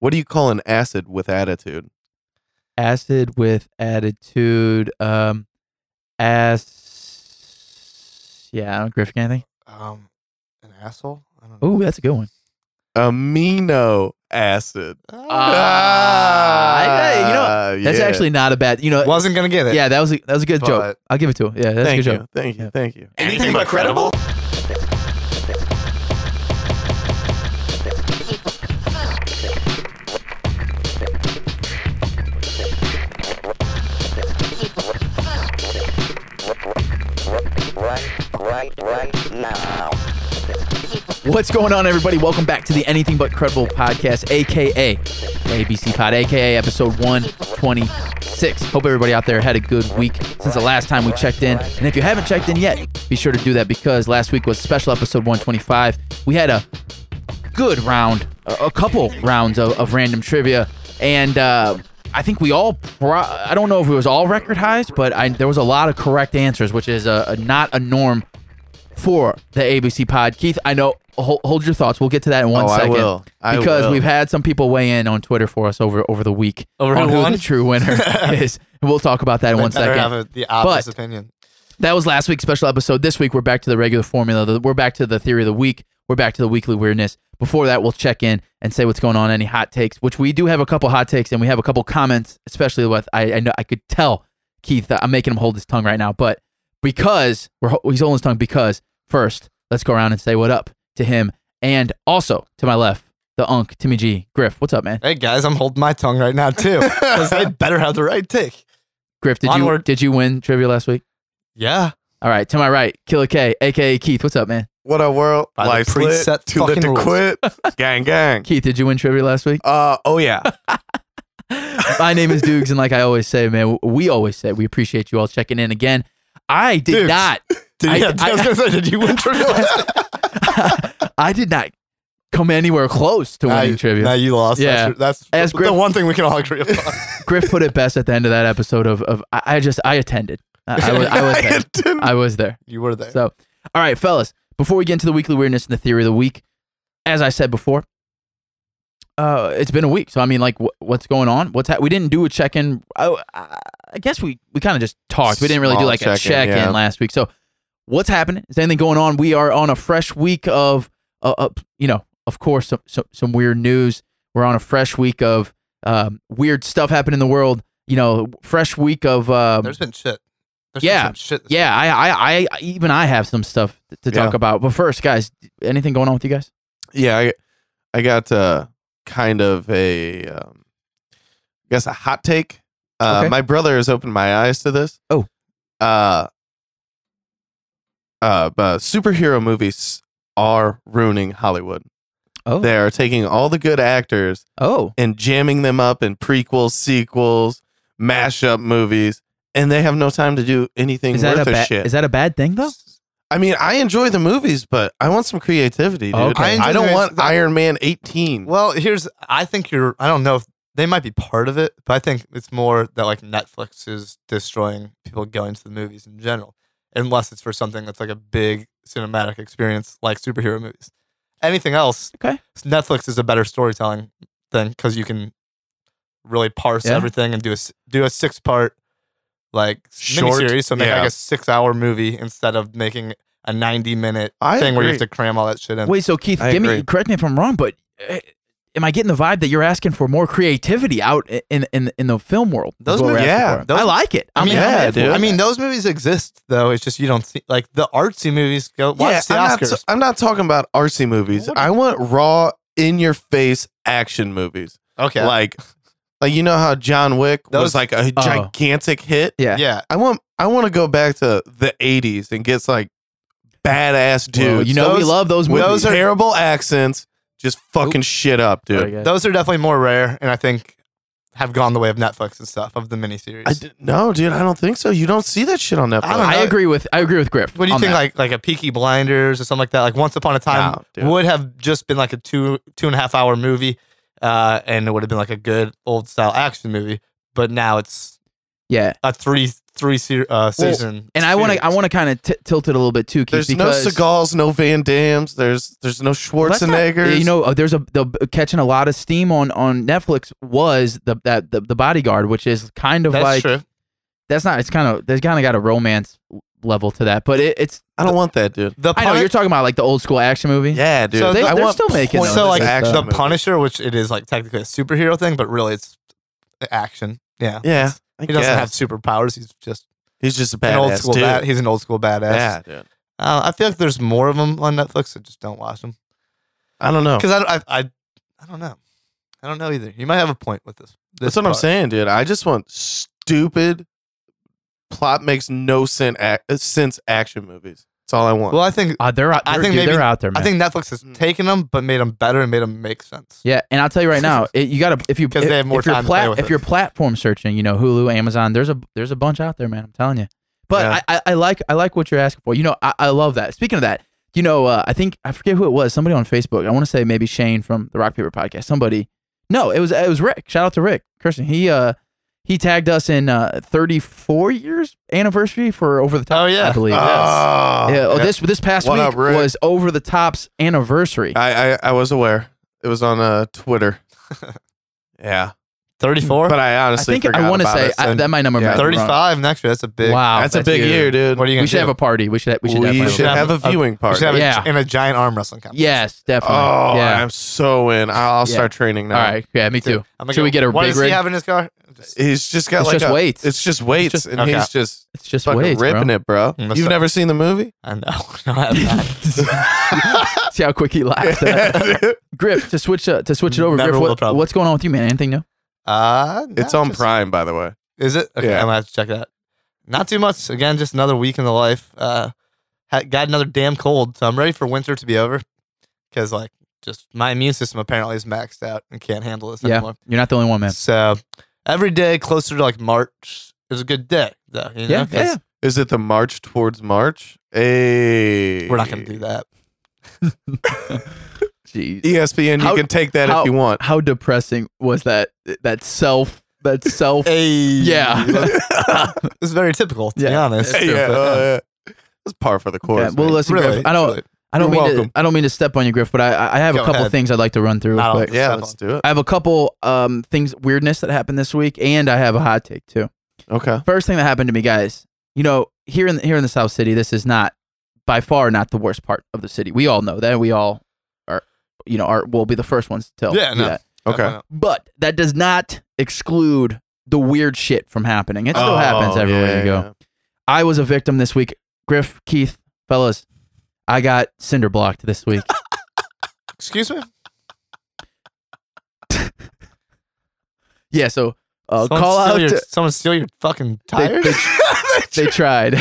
What do you call an acid with attitude? acid with attitude. Um, ass. Yeah, I don't Griff got anything. Um, an asshole. I don't know. Oh, that's a good one. Amino acid. Ah, I- I- you know, Ah, That's yeah. actually not a bad. You know, Wasn't gonna get it. yeah, that was a, that was a good joke. But- I'll give it to him. Yeah, that's thank a good you, joke. thank you, Yeah. thank you. Anything but credible. What's going on, everybody? Welcome back to the Anything But Credible podcast, aka ABC Pod, aka episode 126. Hope everybody out there had a good week since the last time we checked in. And if you haven't checked in yet, be sure to do that because last week was special episode 125. We had a good round, a a couple rounds of, of random trivia, and uh, I think we all. Pro- I don't know if it was all record highs, but I, there was a lot of correct answers, which is a, a- not a norm for the ABC pod. Keith, I know. Hold, hold your thoughts. We'll get to that in one Oh, I second. will. I because will. we've had some people weigh in on Twitter for us over over the week Over on who who won? the true winner is. And We'll talk about that in They one better second. Have a, the opposite opinion. That was last week's special episode. This week, we're back to the regular formula. The- We're back to the theory of the week. We're back to the weekly weirdness. Before that, we'll check in and say what's going on, any hot takes, which we do have a couple hot takes and we have a couple comments, especially with, I, I know I could tell Keith that I'm making him hold his tongue right now, but because we're, ho- he's holding his tongue because first, let's go around and say what up to him. And also to my left, the Unc, Timmy G, Griff. What's up, man? Hey guys, I'm holding my tongue right now too. 'Cause they better have the right tick. Griff, did you, Onward. did you win trivia last week? Yeah. All right. To my right, Killer K, AKA Keith. What's up, man? What a world! By the Life's lit. preset Too lit fucking to rules. quit. gang, gang. Keith, did you win trivia last week? Uh, oh yeah. My name is Dukes, and like I always say, man, we always say we appreciate you all checking in again. I did Dukes. not, Did, I- yeah, I, was I- gonna say, did you win trivia? last night? I did not come anywhere close to winning Nah, trivia. Nah, you lost. Yeah. That's- That's, As the Griff- one thing we can all agree upon. Griff put it best at the end of that episode of, of I, I just I attended. I, I was I was there. didn't- I was there. you were there. So, all right, fellas, before we get into the weekly weirdness and the theory of the week, as I said before, uh, it's been a week. So I mean, like, wh- what's going on? What's ha- we didn't do a check in. I, I I guess we we kind of just talked. We didn't really do Small like check-in, a check in yeah. last week. So, what's happening? Is anything going on? We are on a fresh week of, uh, uh, you know, of course, some, some some weird news. We're on a fresh week of um, weird stuff happening in the world. You know, fresh week of um, There's been shit. There's yeah, been some shit. yeah, I, I, I, even I have some stuff t- to talk Yeah. about. But first, guys, anything going on with you guys? yeah, I, I got uh, kind of a, um, I guess a hot take. Uh, Okay. My brother has opened my eyes to this. Oh. Uh, uh, but superhero movies are ruining Hollywood. Oh, They are taking all the good actors oh, and jamming them up in prequels, sequels, mashup movies, and they have no time to do anything is that worth a a bad? shit. Is that a bad thing though? I mean, I enjoy the movies, but I want some creativity, dude. Okay. I I, enjoy don't the- want Iron Man 18. Well, here's I think you're I don't know if they might be part of it, but I think it's more that like Netflix is destroying people going to the movies in general. Unless it's for something that's like a big cinematic experience like superhero movies. Anything else, Okay. Netflix is a better storytelling thing cuz you can really parse Yeah. everything and do a s- do a six part like Short, miniseries, so make yeah. like a six hour movie instead of making a ninety minute I thing where you have agree. to cram all that shit in. Wait, so Keith, I give me agree. correct me if I'm wrong, but uh, am I getting the vibe that you're asking for more creativity out i- in in in the film world? is Those what we're movies- asking yeah, for? those- I like it. I mean, yeah, I'm in for dude. it. I mean, those movies exist though. It's just you don't see like the artsy movies. Go watch the I'm Oscars. Not, I'm not talking about RC movies. What- I want raw, in your face action movies. okay. Like, like you know how John Wick was Those- like a Oh. gigantic hit. yeah. yeah. I want I want to go back to the 80s and get like badass dudes. Well, you know, we Those- love those with movies. those terrible accents, just fucking shit up, dude. Sorry, guys. Those are definitely more rare, and I think have gone the way of Netflix and stuff of the miniseries. I d- no, dude, I don't think so. You don't see that shit on Netflix. I don't I know. agree with I agree with Griff. what do you on think? that. Like like a Peaky Blinders or something like that. Like Once Upon a Time No, dude. would have just been like a two two and a half hour movie, uh, and it would have been like a good old style action movie. But now it's Yeah, a three three se- uh, season. and I want to I series. want to kind of t- tilt it a little bit too, Keith, There's no because Seagulls, no Van Dams. There's there's no Let's not- Schwarzeneggers. You know, uh, there's a the, catching a lot of steam on on Netflix was the that the, the bodyguard, which is kind of That's like true. that's not it's kind of there's kind of got a romance level to that, but it, it's I don't want that, dude. The I know Pun- you're talking about like the old school action movie. Yeah, dude. So they- I they're want still making pointless those. so like action the movies. Punisher, which it is like technically a superhero thing, but really it's action. Yeah, Yeah, I he doesn't guess. have superpowers. He's just He's just a an old badass school. dude. Bad, he's an old school badass. yeah, dude. Uh, I feel like there's more of them on Netflix. So just don't watch them I don't Oh. know. because I, I I I don't know. I don't know either. You might have a point with this. this That's what I'm part. saying, dude. I just want stupid plot makes no sense ac- sense action movies. That's all I want. Well, I think Uh, they're out. I they're- think dude, maybe- they're out there. Man. Hmm. I think Netflix has Mm. taken them, but made them better and made them make sense. Yeah, and I'll tell you right now, it, you gotta if you 'Cause they have more if you're time to play with if it. you're platform searching, you know Hulu, Amazon. There's a there's a bunch out there, man. I'm telling you. But Yeah. I, I, I like I like what you're asking for. You know, I, I love that. Speaking of that, you know, uh, I think I forget who it was. Somebody on Facebook. I want to say maybe Shane from the Rock Paper Podcast. Somebody. No, it was it was Rick. Shout out to Rick Kirsten. He uh he tagged us in uh 34 years anniversary for Over the Top. Oh, yeah. I believe. Uh, Oh. yeah. Oh, yeah. this this past What week up, Rick? was Over the Top's anniversary. I, I I was aware. It was on uh, Twitter. yeah, 34, but I I honestly think forgot I want to about say it, so I, that might number Yeah. might be wrong. 35 next year. That's a big. Wow, that's, a big huge. year, dude. What are you gonna We should do? have a party. We should. We should. we definitely should do have a a- viewing You party. should have a- Yeah. in a giant arm wrestling that. competition. Yes, definitely. oh, yeah. I'm so in. I'll Yeah. start training now. All right. Yeah, me too. I'm like, Should we get a what big does rig? he have in his car? Just- He's just got It's like just a- weights. It's just weights, just- and okay. he's just It's just fucking weights, ripping bro. it, bro. Mm, You've so- never seen the movie? I know. No, I have not. See how quick he laughed. at that. Griff, to switch uh, to switch it over. Never Griff, will what- probably. what's going on with you, man? Anything new? Uh, no, It's on just- Prime, by the way. Is it? Okay, Yeah. I'm gonna have to check that. Not too much. Again, just another week in the life. Uh, ha- got another damn cold, so I'm ready for winter to be over. Because like, just my immune system apparently is maxed out and can't handle this Yeah. anymore. You're not the only one, man. So every day closer to like March is a good day, though. You know? Yeah, 'Cause yeah. Is it the March towards March? Hey, We're not gonna do that. E Jeez. ESPN, How- you can take that how- if you want. How depressing was that? That self. That self. Hey, Yeah. it's very typical to be Yeah. honest. That's true, yeah, but, oh, uh, yeah. That's par for the course. Okay, well, man. listen, really, Griff. I don't. really. I don't You're mean. To, welcome. I don't mean to step on you, Griff, but I I have a Go couple aheid. things I'd like to run through. real Not on quick. yeah, Step let's on. do it. I have a couple um things weirdness that happened this week, and I have a hot take too. Okay. First thing that happened to me, guys. You know, here in here in the South City, this is not by far not the worst part of the city. We all know that. We all are, you know, are will be the first ones to tell Yeah, you no. that. Okay. But that does not exclude the weird shit from happening. It still Oh, happens everywhere yeah, you go. yeah. I was a victim this week. Griff, Keith, fellas, I got cinder blocked this week. Excuse me. yeah, so uh, Someone call steal out. Your, to- someone steal your fucking They- tires. they- They tried.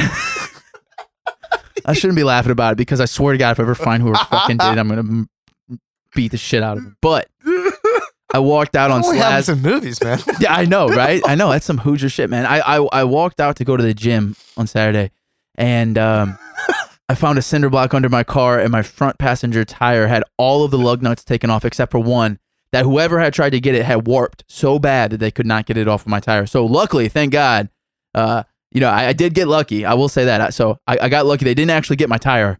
I shouldn't be laughing about it because I swear to God, if I ever find whoever fucking did it, I'm gonna m- beat the shit out of him. But I walked out on only happens Slaz. in movies, man. Yeah, I know, right? I know that's some Hoosier shit, man. I, I I walked out to go to the gym on Saturday, and um, I found a cinder block under my car, and my front passenger tire had all of the lug nuts taken off except for one. That whoever had tried to get it had warped so bad that they could not get it off of my tire. So luckily, thank God, uh, you know, I, I did get lucky. I will say that. I- So I, I got lucky. They didn't actually get my tire,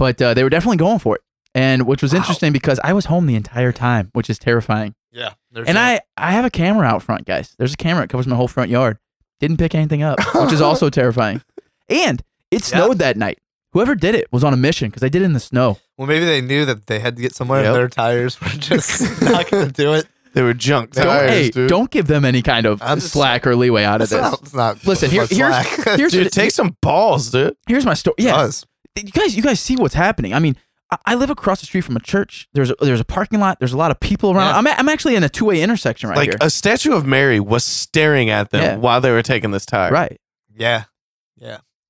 but uh, they were definitely going for it, and which was interesting because I was home the entire time, which is terrifying. yeah. And I, I have a camera out front, guys. There's a camera that covers my whole front yard. Didn't pick anything up, which is also terrifying. And it Yeah. snowed that night. Whoever did it was on a mission because they did it in the snow. Well, maybe they knew that they had to get somewhere, Yep. and their tires were just not going to do it. They were junk Don't- tires, hey, dude. don't give them any kind of I'm just- slack or leeway out of It's this. not, it's not Listen, here- much here's- slack. Here's, dude, take some balls, dude. here's my story. It Yeah, does. you guys, you guys see what's happening. I mean, I, I live across the street from a church. There's a, there's a parking lot. There's a lot of people around. Yeah. I'm, a, I'm actually in a two way intersection right like here. a statue of Mary was staring at them Yeah. while they were taking this uh, tire. right. Yeah.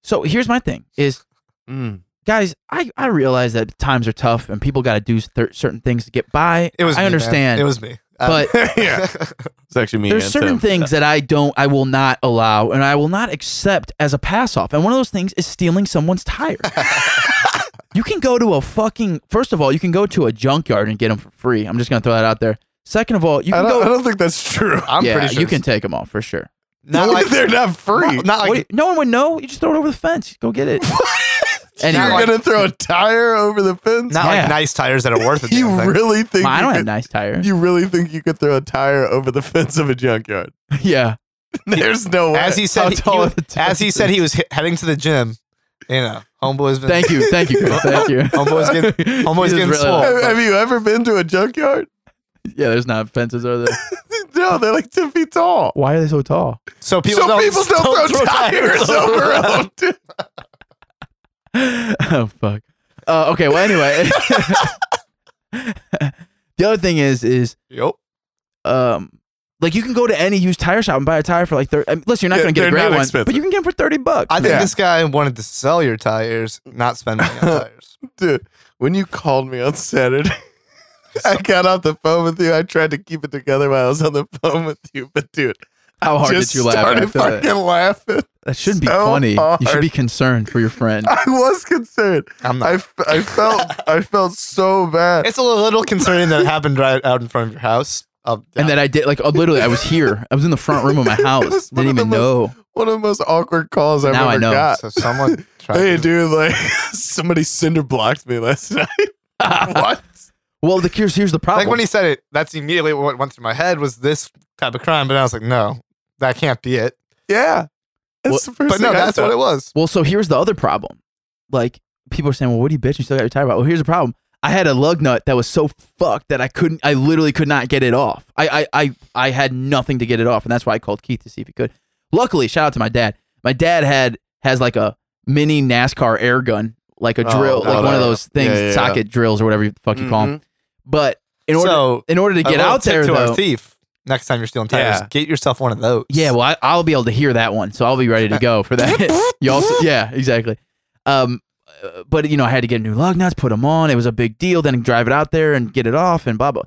So here's my thing: is Mm. guys, I, I realize that times are tough and people got to do cer- certain things to get by. It was. I me, man. understand. It was me. Um, But- yeah, it's actually me. There's and certain Tim. things that I don't, I will not allow, and I will not accept as a pass off. And one of those things is stealing someone's tire. you can go to a fucking. First of all, you can go to a junkyard and get them for free. I'm just gonna throw that out there. Second of all, you I can don't, I go. don't think that's true. I'm yeah, pretty sure you can take them off for sure. Not like they're not free. No, not like What do you- no one would know. You just throw it over the fence. Go get it. You're anyway, gonna throw a tire over the fence? not Yeah. like nice tires that are worth it. you really think Ma, I you don't have could, nice tires. you really think you could throw a tire over the fence of a junkyard? yeah. There's no way. as he How said, he, tall he- are the tires? as he said, he was he- heading to the gym. You know, homeboy's been Thank you. Thank you. Chris. Thank you. Homeboy's getting- homeboy's You just getting really- swole. have, have you ever been to a junkyard? Yeah, there's not fences, are there? No, they're like ten feet tall. Why are they so tall? So people so don't, people don't, throw, tires over them. dude. oh fuck. Uh, okay. Well, anyway, the other thing is, is Yep. um, like you can go to any used tire shop and buy a tire for like thirty. I mean, listen, you're not Yeah, going to get a they're great not one, but expensive. you can get them for thirty bucks. I think Yeah. this guy wanted to sell your tires, not spend money on tires. Dude, when you called me on Saturday, I got off the phone with you. I tried to keep it together while I was on the phone with you, but dude, How hard just did you laugh? started After that? fucking laughing. that shouldn't be so funny. You should hard. be concerned for your friend. I was concerned. I'm not. I, f- I felt I felt so bad. it's a little concerning that it happened right out in front of your house. Um, And then I did like oh, literally, I was here. I was in the front room of my house. was Didn't one of even the know. One of the most awkward calls I've Now ever I know. got. so someone tried. Hey, to- dude, like somebody cinder blocked me last night. what? Well, the here's here's the problem. Like when he said it, that's immediately what went through my head was this type of crime. But I was like, no, that can't be it. Yeah. That's the first But no, thing I that's what thought. it was. Well, so here's the other problem. Like people are saying, "Well, what do you bitch? You still got your tire about?" Well, here's the problem. I had a lug nut that was so fucked that I couldn't. I literally could not get it off. I I I, I had nothing to get it off, and that's why I called Keith to see if he could. Luckily, shout out to my dad. My dad had has like a mini NASCAR air gun, like a Oh, drill, like one of whatever. those things, Yeah, yeah, yeah. socket drills or whatever you fuck you call them. Mm-hmm. But in order so in order to a get little out tip there to though, our thief. Next time you're stealing tires, Yeah. get yourself one of those. Yeah, well, I, I'll be able to hear that one, so I'll be ready to go for that. you also, yeah, exactly. Um, uh, but you know, I had to get new lug nuts, put them on. It was a big deal. Then drive it out there and get it off, and blah blah.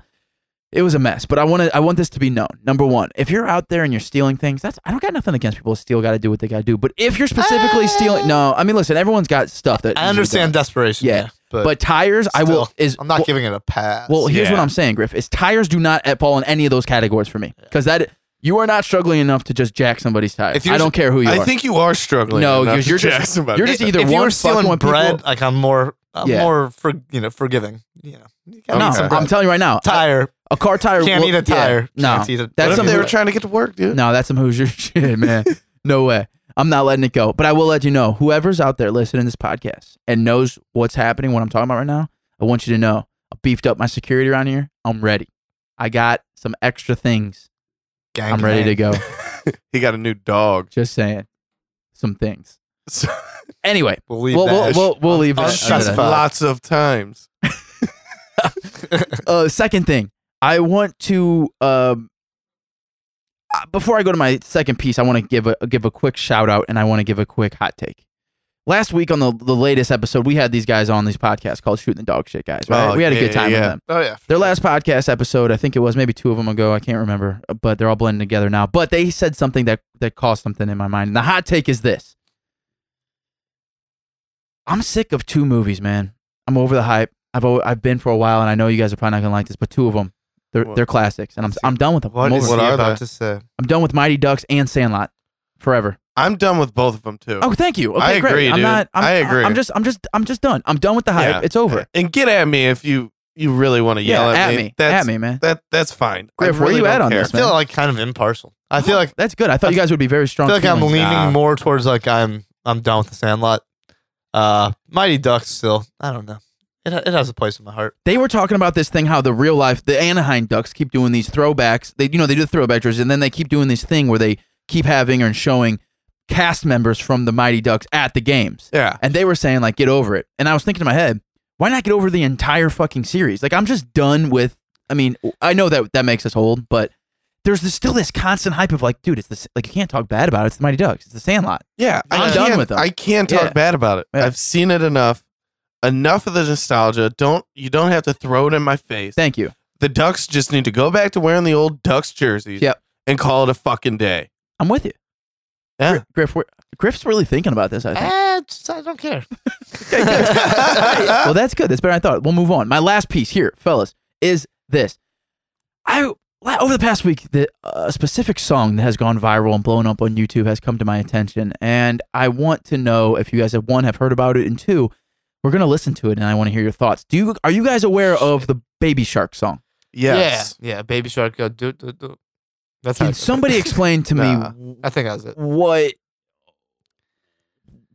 It was a mess, but I want to. I want this to be known. Number one, if you're out there and you're stealing things, that's I don't got nothing against people who steal. Got to do what they got to do. But if you're specifically stealing, no, I mean, listen, everyone's got stuff that Uh. I understand desperation. Yeah, but, But tires, I will still, is I'm not well, giving it a pass. well, here's what Yeah. I'm saying, Griff. Is tires do not at fall in any of those categories for me because that you are not struggling enough to just jack somebody's tires. If you're I don't care who you I are. think you are struggling. No, enough because to you're just- jack somebody. you're just either if you one were fuck stealing one people- bread, like I'm more, I'm Yeah. more for you know forgiving. You know, you gotta no, eat some I'm bread. telling you right now, a, tire. a car tire. Can't will- eat a yeah, tire. no, Can't eat a- that's what if something. they were trying to get to work, dude? no, that's some Hoosier shit, man. no way. I'm not letting it go. But I will let you know, whoever's out there listening to this podcast and knows what's happening, what I'm talking about right now, I want you to know I beefed up my security around here. I'm ready. I got some extra things. Gang I'm ready to bang. go. He got a new dog. Just saying, some things. So- Anyway, We'll leave we'll, we'll, that. we'll, we'll leave it. at Unspecified. that. lots of times. uh, second thing, I want to um, uh, before I go to my second piece, I want to give a give a quick shout out and I want to give a quick hot take. Last week on the the latest episode, we had these guys on these podcasts called "Shooting the Dog Shit" guys. Right? Oh, we had a yeah, good time yeah. with them. oh yeah. Their last podcast episode, I think it was maybe two of them ago. I can't remember, but they're all blending together now. But they said something that that caused something in my mind. And the hot take is this: I'm sick of two movies, man. I'm over the hype. I've al- I've been for a while, and I know you guys are probably not gonna like this, but two of them, they're What? they're classics, and I'm I'm done with them. What I'm, is over he What it. are about they? to say? I'm done with Mighty Ducks and Sandlot forever. I'm done with both of them too. Oh, thank you. Okay, I great. agree, I'm dude. not. I'm, I agree. I'm just I'm just I'm just done. I'm done with the hype. Yeah. It's over. And get at me if you you really want to yell yeah, at, me. That's, at me, man. That that's fine. I Griff, where really you at don't on care. this, I feel like kind of impartial. I feel like That's good. I thought you guys would be very I strong. feel like I'm feelings. leaning Nah. more towards like I'm I'm down with the Sandlot. Uh, Mighty Ducks still. I don't know. It it has a place in my heart. they were talking about this thing how the real life the Anaheim Ducks keep doing these throwbacks. They you know they do the throwback jerseys and then they keep doing this thing where they keep having and showing cast members from the Mighty Ducks at the games. Yeah. And they were saying like get over it. And I was thinking in my head, why not get over the entire fucking series? Like I'm just done with I mean, I know that that makes us old, but there's this, still this constant hype of like, dude, it's this like you can't talk bad about it. It's the Mighty Ducks. It's the Sandlot. Yeah, I'm I done can't, with them. I can't talk Yeah. bad about it. Yeah. I've seen it enough. Enough of the nostalgia. Don't you don't have to throw it in my face. Thank you. The Ducks just need to go back to wearing the old Ducks jerseys. Yep. And call it a fucking day. I'm with you. Yeah. Griff, we're, Griff's really thinking about this, I think. Eh, just- I don't care. well, that's good. That's better than I thought. We'll move on. My last piece here, fellas, is this. I la- over the past week, the uh, specific song that has gone viral and blown up on YouTube has come to my attention, and I want to know if you guys have one have heard about it, and two, we're gonna listen to it, and I want to hear your thoughts. Do you are you guys aware of the Baby Shark song? Yes. Uh, Yeah. Yeah. Baby shark go do do do. That's how I Can go. somebody explain to Nah. me I think that was it. what,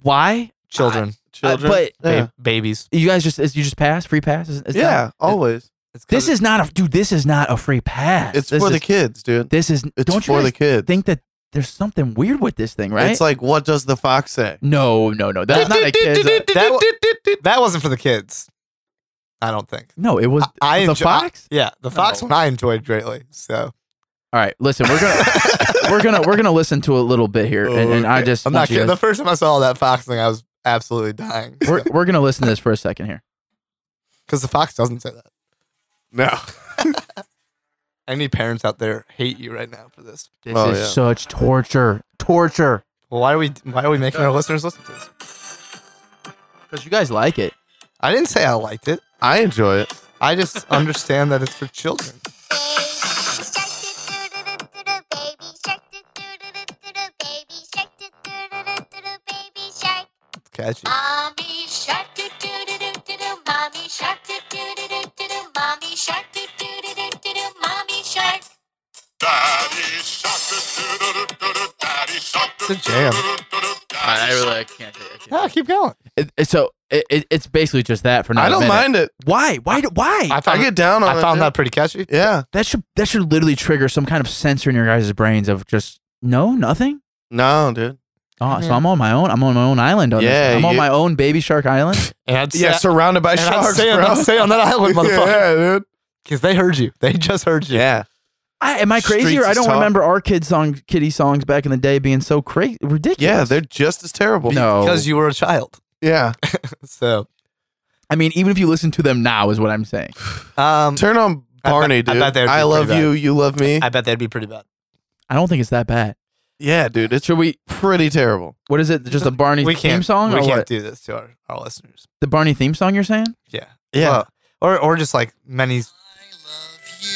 why? Children, Children. Uh, but ba- yeah. babies. you guys just is you just pass free pass? Is, is that- yeah, always. It's 'cause this is not a dude. This is not a free pass. It's this for is, the kids, dude. This is It's don't you for guys the kids. think that there's something weird with this thing, right? It's like, what does the fox say? no, no, no. That's not a kid's. uh, that, wa- that wasn't for the kids. I don't think. no, it was I- I the enjoy- fox. Yeah, the Fox No. one I enjoyed greatly. So All right, listen, we're gonna we're gonna we're gonna listen to a little bit here, and, and I Okay. just Oh, I'm want not you kidding. The guys- first time I saw that Fox thing, I was absolutely dying we're we're gonna listen to this for a second here. because the Fox doesn't say that. No. Any parents out there hate you right now for this? This Oh, is yeah. such torture, torture. Well, why are we why are we making our listeners listen to this? Because you guys like it. I didn't say I liked it. I enjoy it. I just understand that it's for children. It's catchy. Mommy shark doo doo doo doo doo doo. Mommy shark doo doo doo doo doo doo. Mommy shark doo doo doo doo doo doo. Mommy shark. Daddy shark, doo-doo-doo-doo-doo, daddy shark, It's a jam. doo-doo-doo-doo, daddy really can't. Yeah, keep going. so it, it, it's basically just that for now. I don't mind it. Why? Why? do- Why? I I found get down on I it. found dude. that pretty catchy. Yeah. that should that should literally trigger some kind of sensor in your guys' brains of just no, nothing. No, dude. Oh, so Yeah. I'm on my own. I'm on my own island. On Yeah, this. I'm on you- my own baby shark island. And I'd say, Yeah, surrounded by and I'd sharks, stay on- bro. I'd stay on that island, motherfucker, yeah, dude. because they heard you. They just heard you. Yeah. I, am I crazy Streets or I is don't tough. remember our kids song, kitty songs back in the day being so crazy, ridiculous. Yeah, they're just as terrible. no. because you were a child. Yeah. So I mean, even if you listen to them now, is what I'm saying. um, Turn on I bet- Barney, I dude. bet they'd be I love pretty you. You love me. I bet that'd be pretty bad. I don't think it's that bad. yeah, dude. It's Should we? pretty terrible. What is it? Just the Barney we theme can't, song? We or can't what? do this to our, our listeners. The Barney theme song? You're saying? Yeah. Yeah. Well, or or just like many.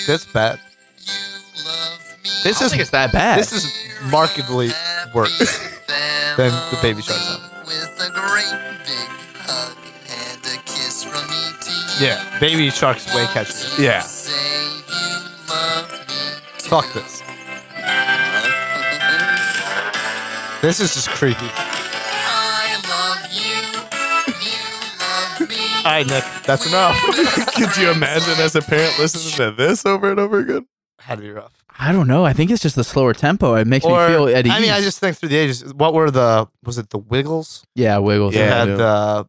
This bad. This is it's that bad. this is markedly worse than the baby shark song. Yeah, baby shark's way catchier. Yeah. Fuck this. This is just creepy. All right, Nick, that's enough. Could you imagine as a parent listening to this over and over again? Had to be rough. I don't know. I think it's just the slower tempo. It makes me feel at ease. I mean, I just think through the ages. What were the? Was it the Wiggles? yeah, Wiggles. Yeah, that I had do. the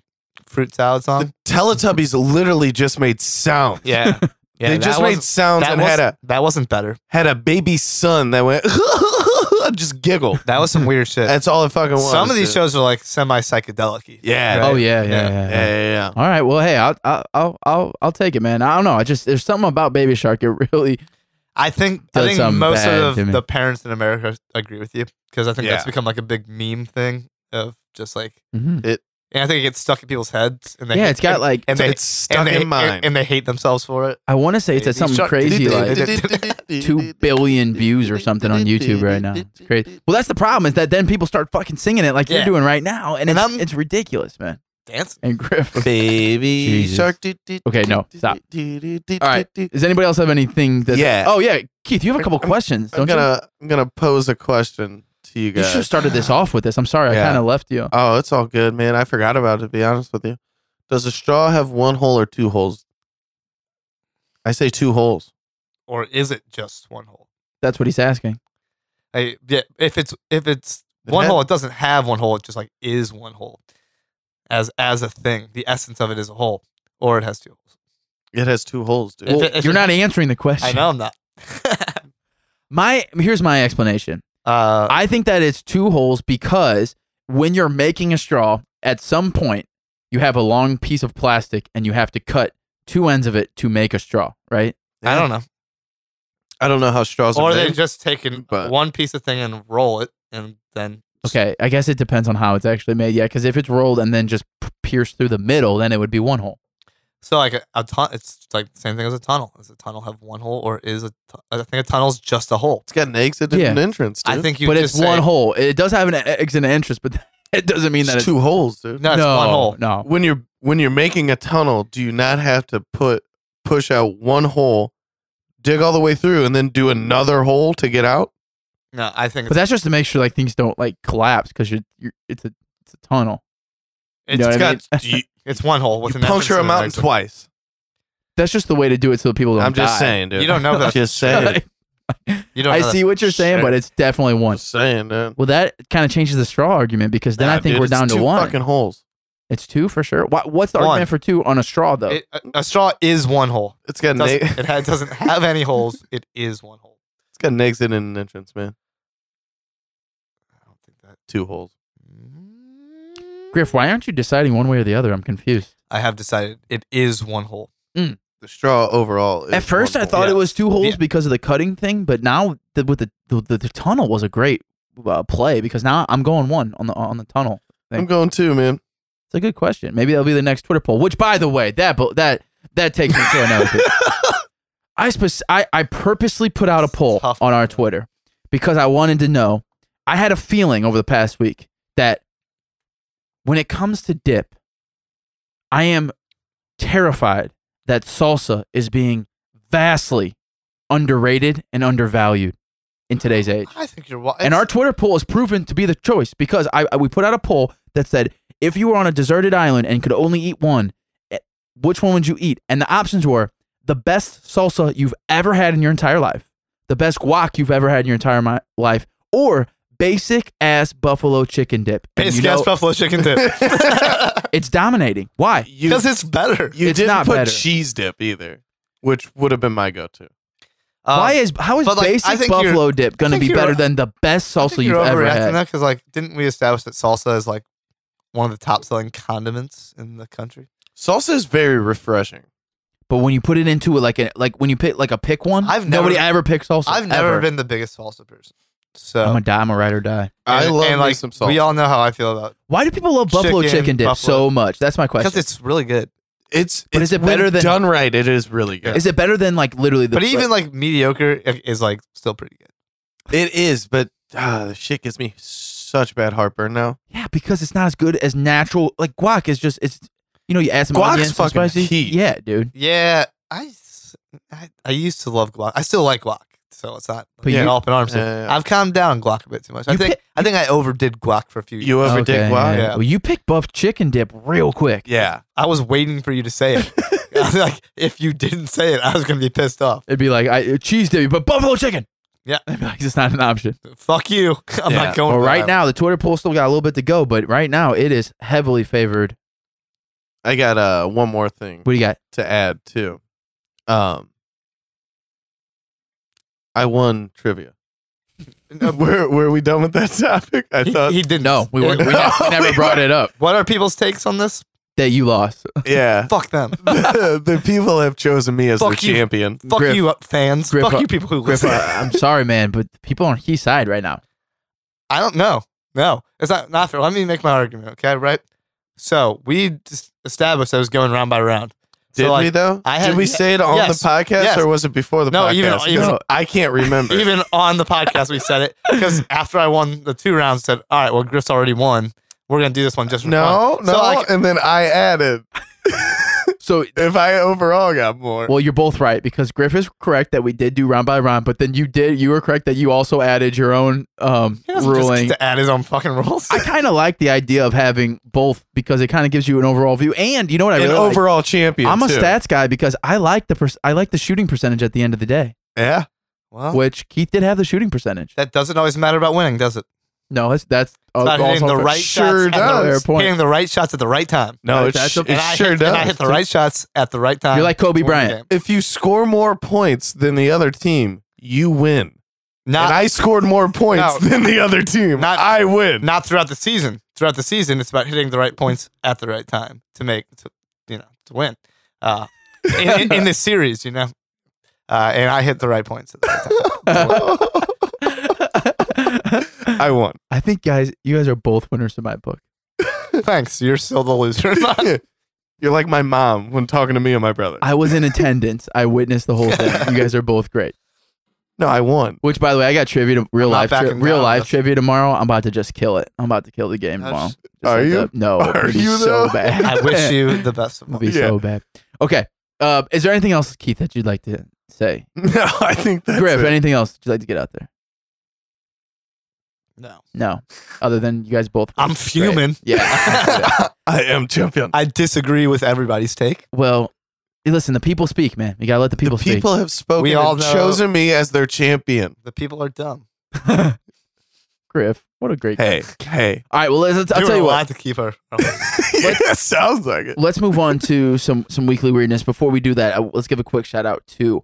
fruit salad The song. Teletubbies literally just made sound. Yeah, yeah. they that just wasn't- made sounds that and had wasn't- a that wasn't better. had a baby son that went just giggled. That was some weird shit. That's all it fucking was. Some of these dude. shows are like semi psychedelic. Yeah. Oh yeah, yeah, Yeah. yeah. Yeah, yeah. yeah, yeah. All right. Well, hey, I'll, I'll, I'll, I'll, I'll take it, man. I don't know. I just there's something about Baby Shark. It really. I think Does I think sound most bad of to me. the parents in America agree with you because I think Yeah. that's become like a big meme thing of just like, Mm-hmm. Mhm. and I think it gets stuck in people's heads. And they Yeah, hate- it's got like. and they it's stuck and they, in mine. and, and they hate themselves for it. I want to say it's at something Shark- crazy like two billion views or something on YouTube right now. It's crazy. Well, that's the problem is that then people start fucking singing it like Yeah. you're doing right now, and, And it's, I'm- it's ridiculous, man. Dance. And Griff. Baby Jesus. shark. Okay, no, stop. All All right. Does anybody else have anything? That, Yeah. Oh yeah, Keith, you have a couple questions. Don't I'm you? gonna I'm gonna pose a question to you You guys. should have started this off with this. I'm sorry, I Yeah. kind of left you. Oh, it's all good, man. I forgot about it, to be honest with you. Does a straw have one hole or two holes? I say two holes. Or is it just one hole? That's what he's asking. I, yeah, if it's if it's It one has- hole, it doesn't have one hole. It just like is one hole, as as a thing. The essence of it is a hole, or it has two holes. It has two holes, dude. If Well, it- if you're it- not answering the question. I know I'm not. My here's my explanation. uh, I think that it's two holes because when you're making a straw, at some point you have a long piece of plastic and you have to cut two ends of it to make a straw, right? I don't know. I don't know how straws Or are they made. just taken but- one piece of thing and roll it, and then Okay, I guess it depends on how it's actually made. Yeah, because if it's rolled and then just p- pierced through the middle, then it would be one hole. So like a, a ton, it's like the same thing as a tunnel. Does a tunnel have one hole or is a? Tu- I think a tunnel's just a hole. It's got an exit and Yeah. an entrance. Dude. I think you. but just it's one say- hole. It does have an e- exit and entrance, but it doesn't mean it's that it's two holes, dude. No, it's no, one hole. No, When you're when you're making a tunnel, do you not have to put push out one hole, dig all the way through, and then do another hole to get out? No, I think but it's, that's just to make sure like things don't like collapse because you're, you're it's a it's a tunnel. it's know what I got mean? you, it's one hole with you an entrance puncture a and an mountain exit. twice. That's just the way to do it so people don't. I'm just die. saying, dude. You don't know I'm that. just saying. You don't. I know that. see what you're saying, Sure. but it's definitely I'm one. just saying, dude. Well, that kind of changes the straw argument because then Nah, I think dude, we're it's down to two one. fucking holes. It's two for sure. Wha- What's the One. argument for two on a straw though? It, a, a straw is one hole. It's got It an doesn't, e- it ha- doesn't have any holes. It is one hole. it's got an exit and an entrance, man. I don't think that. Two holes. Griff, why aren't you deciding one way or the other? I'm confused. I have decided it is one hole. The straw overall. Is At first, one I hole. thought Yeah. it was two holes Yeah. because of the cutting thing, but now the, with the the, the the tunnel was a great uh, play because now I'm going one on the on the tunnel. I'm going two, man. It's a good question. Maybe that'll be the next Twitter poll. Which, by the way, that bo- that that takes me to another. thing. I, spec- I I purposely put out a poll Tough on our one. Twitter because I wanted to know. I had a feeling over the past week that when it comes to dip, I am terrified that salsa is being vastly underrated and undervalued in today's age. I think you're. wa- And it's- our Twitter poll is proven to be the choice because I, I- we put out a poll that said if you were on a deserted island and could only eat one, eh, which one would you eat? And the options were the best salsa you've ever had in your entire life, the best guac you've ever had in your entire mi- life, or basic ass buffalo chicken dip. And Basic you ass know, buffalo chicken dip. it's dominating. Why? You, Because it's better. you it's didn't not put better. cheese dip either, which would have been my go-to. Um, Why is how is but, like, I basic think you're- buffalo dip going to think be you're- better than the best I salsa think you've you're ever overreacting had? that because like didn't we establish that salsa is like one of the top selling condiments in the country? Salsa is very refreshing. But when you put it into it like a, like when you pick like a pick one, I've nobody never- ever picks salsa. I've never ever. been the biggest salsa person. So I'm a die. I'm a ride or die. I and- love and, me like, some salsa. We all know how I feel about Why do people love buffalo Chicken, chicken dip buffalo. so much? That's my because question. it's really good. it's, But is it's it better when than- done right? It is really good. Is it better than like literally the? But even like mediocre i- is like still pretty good. It is, but ah, the shit gives me such bad heartburn now. yeah, because it's not as good as natural. Like guac is just it's you know you add some Guac's onions, some fucking spicy. heat. Yeah, dude. Yeah, I, s- I- I used to love guac. I still like guac, so it's not. But But you you- up in arms. here. Yeah, yeah. I've calmed down guac a bit too much. I You think pi- I think I overdid guac for a few years. You ever did guac? yeah. Well, you pick buff chicken dip real quick. Yeah. I was waiting for you to say it. I was like, if you didn't say it, I was gonna be pissed off. It'd be like I, uh, cheese dip, but buffalo chicken. Yeah. I'd be like, it's not an option. Fuck you. I'm Yeah. not going. Well, to right that. now the Twitter poll still got a little bit to go, but right now it is heavily favored. I got uh, one more thing What do you got? to add too. Um, I won trivia. were, were we done with that topic? I He, thought, he didn't. No, we, were, we, ne- we never brought it up. What are people's takes on this? That you lost. yeah. Fuck them. the, the people have chosen me as Fuck their you. champion. Fuck Griff. you, uh, fans. Griff, uh, Fuck you, people who Griff, listen. I- I'm sorry, man, but the people on his side right now. I don't know. No, it's not, not fair. Let me make my argument, okay? Right? So we just established I was going round by round. Did so like, we though? I had- Did we say it on yes, the podcast yes. or was it before the No, podcast? even- 'Cause even- I can't remember. Even on the podcast, we said it because after I won the two rounds, said, "All right, well, Griff's already won. We're gonna do this one just for no, fun." no. So like, and then I added So, if I overall got more. well, you're both right because Griff is correct that we did do round by round, but then you did, you were correct that you also added your own um, he doesn't just get ruling. to add his own fucking rules. I kind of like the idea of having both because it kind of gives you an overall view. And you know what I an really like? overall champion. I'm a too. stats guy because I like the per- I like the shooting percentage at the end of the day, Yeah. well, which Keith did have the shooting percentage. Oh. that doesn't always matter about winning, does it? No, that's that's It's about hitting also the fair. right Sure shots, at the, does. Fair point. hitting the right shots at the right time. No, Right, it, that's sh- a- it And I sure hit, does. And I hit the right shots at the right time. You're like Kobe to win the Bryant. game. if you score more points than the other team, you win. Not and I scored more points No. than the other team. Not- I win. not throughout the season. Throughout the season, it's about hitting the right points at the right time to make to, you know to win. Uh, in, in, in this series, you know, uh, and I hit the right points at the right time. I won. I think guys, you guys are both winners in my book. Thanks, you're still the loser. You're like my mom when talking to me and my brother. I was in attendance. I witnessed the whole thing. You guys are both great. no, I won. Which, by the way, I got trivia, to, real I'm not life, tri- backing real down. life trivia tomorrow. I'm about to just kill it. I'm about to kill the game That's- tomorrow. Just Are heads you? up. No, Are it'd be you, so though? bad. I wish you the best of It'd luck. be so bad. Okay. Uh, is there anything else, Keith, that you'd like to say? No, I think that's Griff, it. anything else that you'd like to get out there? No. No, other than you guys both. I'm fuming. Yeah. I am champion. I disagree with everybody's take. well, hey, listen, the people speak, man. You gotta let the people the speak. people have spoken. We all and know- chosen me as their champion. The people are dumb. Griff, what a great. Hey, hey. All right, well, let's, I'll Doing tell you a what. lot to keep her. yeah, sounds like it. Let's move on to some some weekly weirdness. Before we do that, uh, let's give a quick shout out to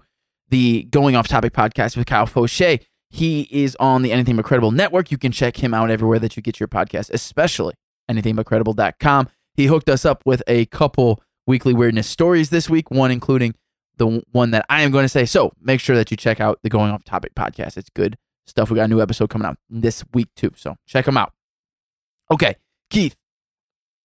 the Going Off Topic podcast with Kyle Fauché. He is on the Anything But Credible network. You can check him out everywhere that you get your podcast, especially anythingbutcredible.com. He hooked us up with a couple weekly weirdness stories this week, one including the w- one that I am going to say. So make sure that you check out the Going Off Topic podcast. It's good stuff. We got a new episode coming out this week, too. So check them out. Okay, Keith,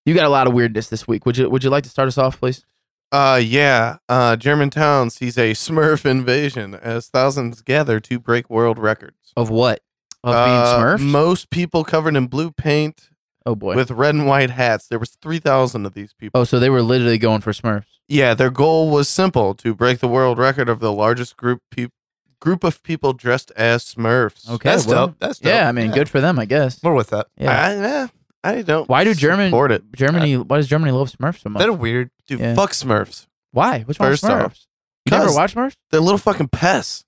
you got a lot of weirdness this week. Would you, would you like to start us off, please? Uh, yeah. Uh, Germantown sees a Smurf invasion as thousands gather to break world records. Of what? Of Uh, being Smurfs? Most people covered in blue paint oh, boy. with red and white hats. There was three thousand of these people. Oh, so they were literally going for Smurfs. Yeah, their goal was simple: to break the world record of the largest group peop group of people dressed as Smurfs. Okay, That's well, dope. That's dope. Yeah, I mean, Yeah. good for them, I guess. We're with that. Yeah. I, eh, I don't. Why do German- support it? Germany. Why does Germany love Smurfs so much? They're weird. Dude, Yeah. fuck Smurfs. Why? Which one? First Smurfs. off, you never cuz- watched Smurfs? They're little fucking pests.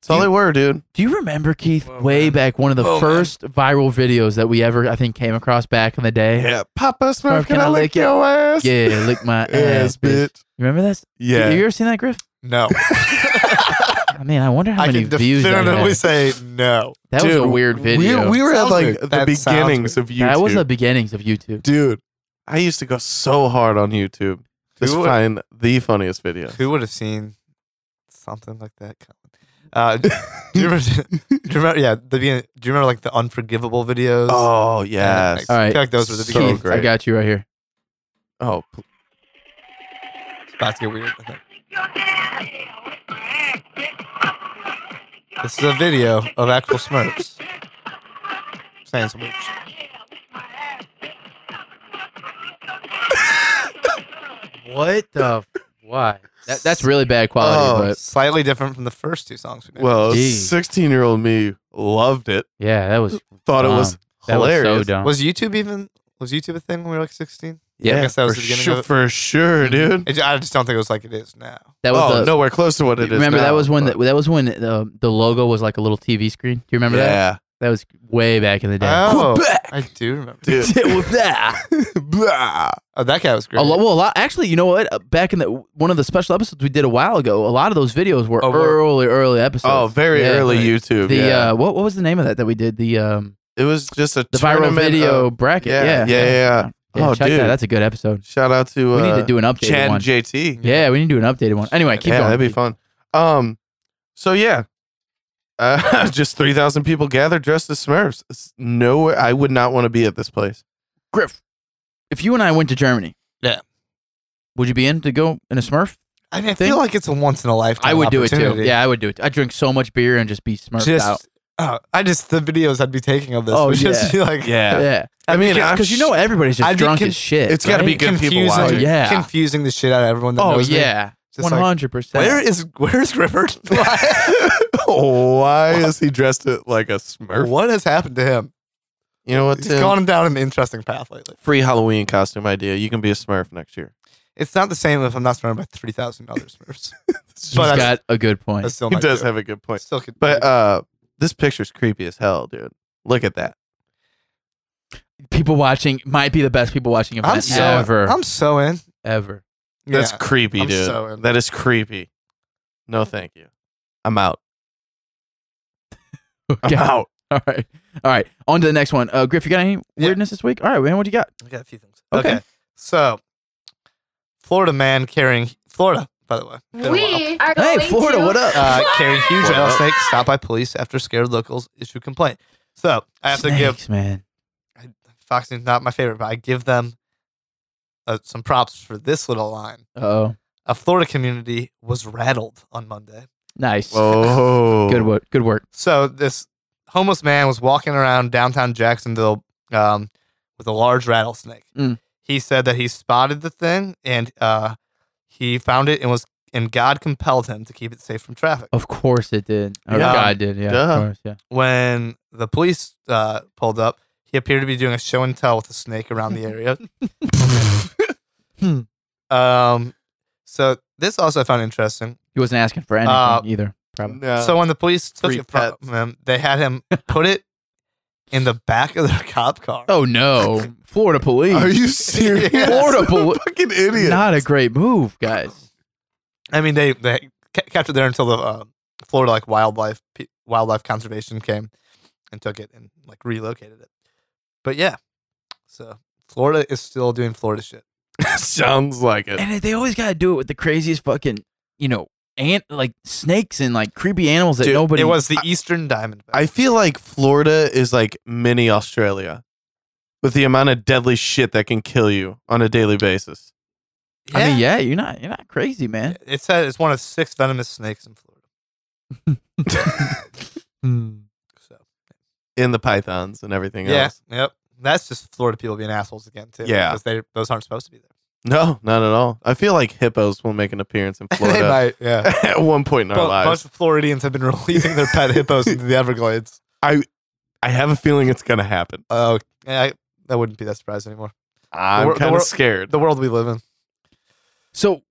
That's all You- they were, dude. Do you remember Keith? Whoa, way man. back, one of the Whoa, man. first viral videos that we ever, I think, came across back in the day. Yeah, Papa Smurf, Smurf, can, I lick your ass? Yeah, lick my ass, bitch. You Remember this? Yeah. You, you ever seen that, Griff? No. I mean, I wonder how I many can views that definitively had. say no. That was a weird video. We, we were at Sounds like weird. the That sounds beginnings of YouTube. that was the beginnings of YouTube. dude. I used to go so hard on YouTube to Who would- find the funniest video. Who would have seen something like that coming? Uh, do, you remember, do you remember? Yeah, the beginning. Do you remember like the unforgivable videos? Oh Yeah, yes. I All right. feel like those were the So beginning. Keith, I great. got you right here. Oh, pl- It's about to get weird. I think. This is a video of actual Smurfs saying some weird shit. What the? Why? That, that's really bad Oh. quality, but Slightly different from the first two songs we made. well, Jeez. sixteen-year-old me loved it. yeah, that was Thought it was dumb. that was hilarious. so dumb. was YouTube even was YouTube a thing when we were like sixteen? I guess that was for the beginning sure, of it. for sure, dude. It, I just don't think it was like it is now. Mm-hmm. that was oh, the, nowhere close to what it is. remember that now, was when but- the, that was when the, the logo was like a little TV screen. Do you remember that? yeah, That was way back in the day. Oh, Quebec. I do remember. dude. Blah. Oh, that guy was great. A lot, well, a lot. Actually, you know what? Uh, Back in the one of the special episodes we did a while ago, a lot of those videos were Oh, were- early, early episodes. Oh, very Yeah, early right. YouTube. The yeah. uh, what what was the name of that that we did? The um, it was just a the viral tournament video of- bracket. yeah, Yeah, yeah, yeah, yeah. Oh, check dude. that. That's a good episode. Shout out to uh, We need to do an updated Chad one. and JT. yeah, we need to do an updated one. Anyway, keep yeah, going. that'd be Keith. fun. Um, so yeah, uh, just three thousand people gathered dressed as Smurfs. It's nowhere, I would not want to be at this place. Griff, if you and I went to Germany, Yeah. would you be in to go in a Smurf? I, mean, I thing? feel like it's a once in a lifetime. I would do it too. opportunity. Yeah, I would do it. I drink so much beer and just be Smurfed out. just oh, I just the videos I'd be taking of this Oh, would just yeah. be like Yeah, I mean, I'm because you know everybody's just I'd be drunk con- as shit. It's gotta be right? good people confusing, watching. Oh, yeah. confusing the shit out of everyone. That Oh knows me. yeah, Just one like, hundred Where percent. is where's Grifford? why is he dressed it like a Smurf? what has happened to him? You know what? He's Tim? gone down an interesting path lately. Free Halloween costume idea. You can be a Smurf next year. It's not the same if I'm not surrounded by three thousand other Smurfs. He's got a good I point. still He might does do it. have a good point. Still could, But uh, this picture's creepy as hell, dude. Look at that. People watching might be the best people watching I'm event so ever, I'm so in. ever. That's Yeah. creepy, I'm dude. so in. that is creepy. No, thank you. I'm out. I'm Okay. out. All right, all right. On to the next one. Uh, Griff, you got any weirdness this week? All right, man, what you got? I got a few things. Okay. So, Florida man carrying Florida, by the way. Been a while. We are Hey, going Florida, to what up? Uh, carrying huge Florida. rattlesnake stopped by police after scared locals issued complaint. So I have to give Snakes, man. Fox News not my favorite, but I give them uh, some props for this little line. Oh, A Florida community was rattled on Monday. nice. Whoa. Good work. Good work. So this homeless man was walking around downtown Jacksonville um, with a large rattlesnake. Mm. He said that he spotted the thing and uh, he found it and was and God compelled him to keep it safe from traffic. Of course it did. Or Yeah. God did. Yeah. Duh. Of course. Yeah. When the police uh, pulled up, he appeared to be doing a show and tell with a snake around the area. um, so this also I found interesting. He wasn't asking for anything Uh, either. Probably. No. so when the police took three it from pets. him, they had him put it in the back of their cop car. Oh no, Florida police. Are you serious? Yes. Florida police? Fucking idiot. Not a great move, guys. I mean, they they ke- kept it there until the uh, Florida like wildlife pe- wildlife conservation came and took it and like relocated it. But yeah, so Florida is still doing Florida shit. Sounds like it. And they always gotta do it with the craziest fucking, you know, ant like snakes and like creepy animals that Dude, nobody. it was the Eastern Diamondback. I feel like Florida is like mini Australia with the amount of deadly shit that can kill you on a daily basis. yeah. I mean, yeah, you're not, you're not crazy, man. It said it's one of six venomous snakes in Florida. Hmm. So In the pythons and everything yeah, else. yep. That's just Florida people being assholes again too. Yeah. because they those aren't supposed to be there. No, not at all. I feel like hippos will make an appearance in they Florida might, yeah. at one point in Bu- our bunch lives. of Floridians have been releasing their pet hippos into the Everglades. I have a feeling it's going to happen. Oh, yeah, I, that wouldn't be that surprised anymore. Ah, The I'm wor- the kind wor- of scared. The world we live in. So,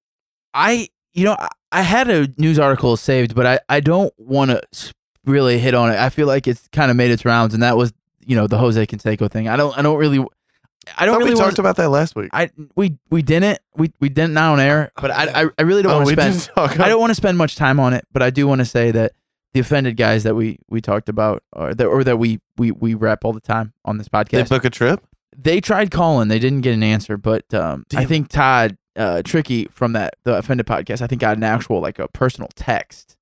I, you know, I, I had a news article saved, but I, I don't want to really hit on it. I feel like it's kind of made its rounds, and that was, you know, the Jose Canseco thing. I don't, I don't really, I I don't thought really we want. talked about that last week. I we we didn't we we didn't not on air, but I I, I really don't Oh, want to we spend did talk I about- don't want to spend much time on it, but I do want to say that the offended guys that we we talked about or that or that we we we rep all the time on this They podcast. They, book a trip? tried calling, they didn't get an answer, but um, I Damn. think Todd uh, Tricky from that the offended podcast, I think got an actual like a personal text.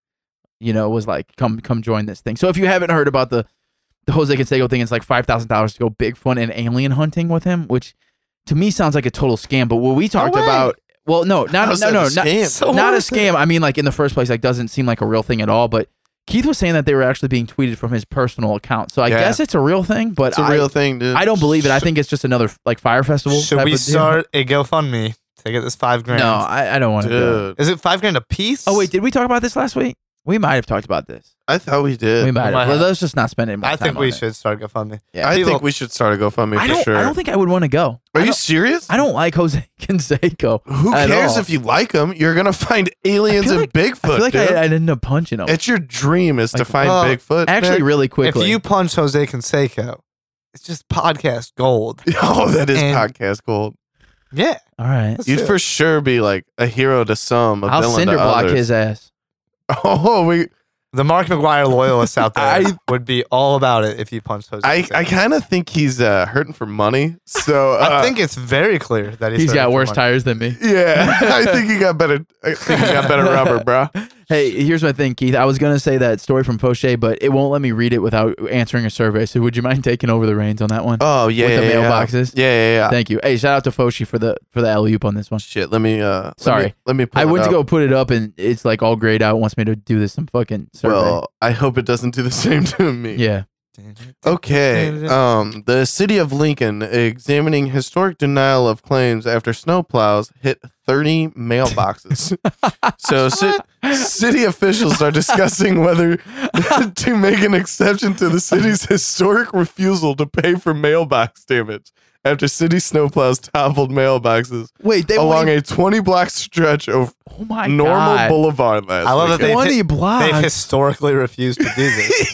You know, was like come come join this thing. So if you haven't heard about the the Jose Canseco thing, it's like five thousand dollars to go big fun and alien hunting with him, which to me sounds like a total scam. But what we talked way. about, well, no, How not is no that no a not, scam? So not a what? scam. I mean, like in the first place, like doesn't seem like a real thing at all. But Keith was saying that they were actually being tweeted from his personal account, so I Yeah. guess it's a real thing. But It's a I, real thing, dude. I don't believe it. I think it's just another like fire festival. Should type we of deal. start a GoFundMe to get this five grand? No, I, I don't want to. Do it. Dude, Is it five grand a piece? Oh wait, did we talk about this last week? We might have talked about this. I thought we did. we might might have. have. Let's just not spend any more I time think on we it. should start a GoFundMe. I People- think we should start a GoFundMe I for don't. sure. I don't think I would want to go. Are I you don't- serious? I don't like Jose Canseco. Who at cares all. if you like them? You're gonna find aliens feel and like- Bigfoot. I feel like dude. I, I'd end up punching him. it's your dream is to Like, find well, Bigfoot. Actually, really quickly. If you punch Jose Canseco, it's just podcast gold. man. oh, that is and- podcast gold. Yeah. all right, let's You'd do it. for sure be like a hero to some, a I'll villain cinder to block others. his ass. Oh, we. the Mark McGuire loyalists out there I- would be all about it if you punched Jose. I Canseco. I kind of think he's uh, hurting for money. So uh, I think it's very clear that he's He's got hurting for worse money. tires than me. Yeah, I think he got better. I think he got better rubber, bro. Hey, here's my thing, Keith. I was gonna say that story from Fauché, but it won't let me read it without answering a survey. So would you mind taking over the reins on that one? Oh yeah, With the yeah, yeah. mailboxes? Yeah, yeah, yeah. Thank you. Hey, shout out to Fauché for the for the alley oop on this one. Shit, let me. uh let Sorry. me- let me. pull I it went to up. go put it up, and it's like all grayed out. It Wants me to do this some fucking survey. Well, I hope it doesn't do the same to me. yeah. Okay. Um, the city of Lincoln examining historic denial of claims after snowplows hit 30 mailboxes. so, ci- city officials are discussing whether to make an exception to the city's historic refusal to pay for mailbox damage after city snowplows toppled mailboxes Wait, they along a 20 block stretch of oh my normal god. boulevard last I love that weekend. they- Twenty They've blocks. historically refused to do this.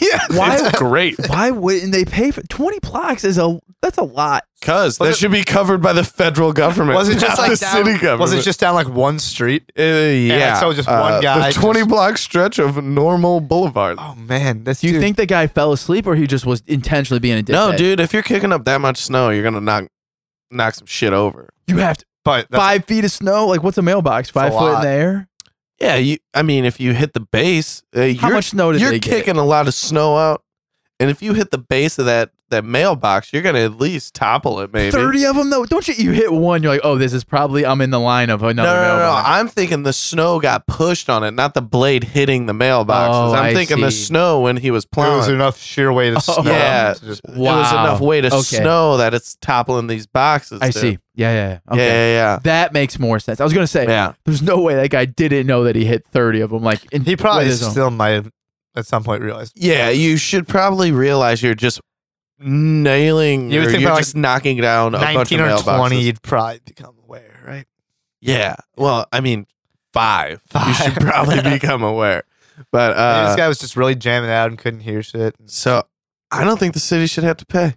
yeah, Why- it's great. Why wouldn't they pay for twenty blocks? Is a that's a lot. Because that Was it- should be covered by the federal government. Was it not just like the down, city government? Was it just down like one street? Uh, yeah? Uh, so just one guy The twenty just- block stretch of normal boulevard. Oh man, this Do you dude- think the guy fell asleep, or he just was intentionally being a dickhead? no, dude, if you're kicking up that much snow, you're gonna knock knock some shit over. You have to, But that's- five feet of snow. Like, what's a mailbox? Five a foot in lot. the air. Yeah, you. I mean, if you hit the base, uh, How you're much snow did you're they get? kicking a lot of snow out, and if you hit the base of that that mailbox, you're gonna at least topple it, maybe. Thirty of them though. Don't you? You hit one, you're like, oh, this is probably I'm in the line of No, another. no, no, no. mailbox. I'm thinking the snow got pushed on it, not the blade hitting the mailboxes. Oh, I I'm thinking the see. snow when he was There was plowing. enough sheer weight of Oh. snow. Yeah. to just- It was Wow. enough weight of Okay. snow that it's toppling these boxes. I dude. see. Yeah, yeah, yeah. Okay. Yeah, That makes more sense. I was gonna say, yeah, yeah. there's no way that guy didn't know that he hit thirty of them. Like in, He probably with his own- still might have at some point realized. Yeah, yeah. You should probably realize you're just nailing. You You would think are by, like, just knocking down a bunch of Nineteen or mailboxes. twenty, you'd probably become aware, right? Yeah. Well, I mean, five. You should Five. probably become aware. But Maybe uh, this guy was just really jamming out and couldn't hear shit. so I don't think the city should have to pay.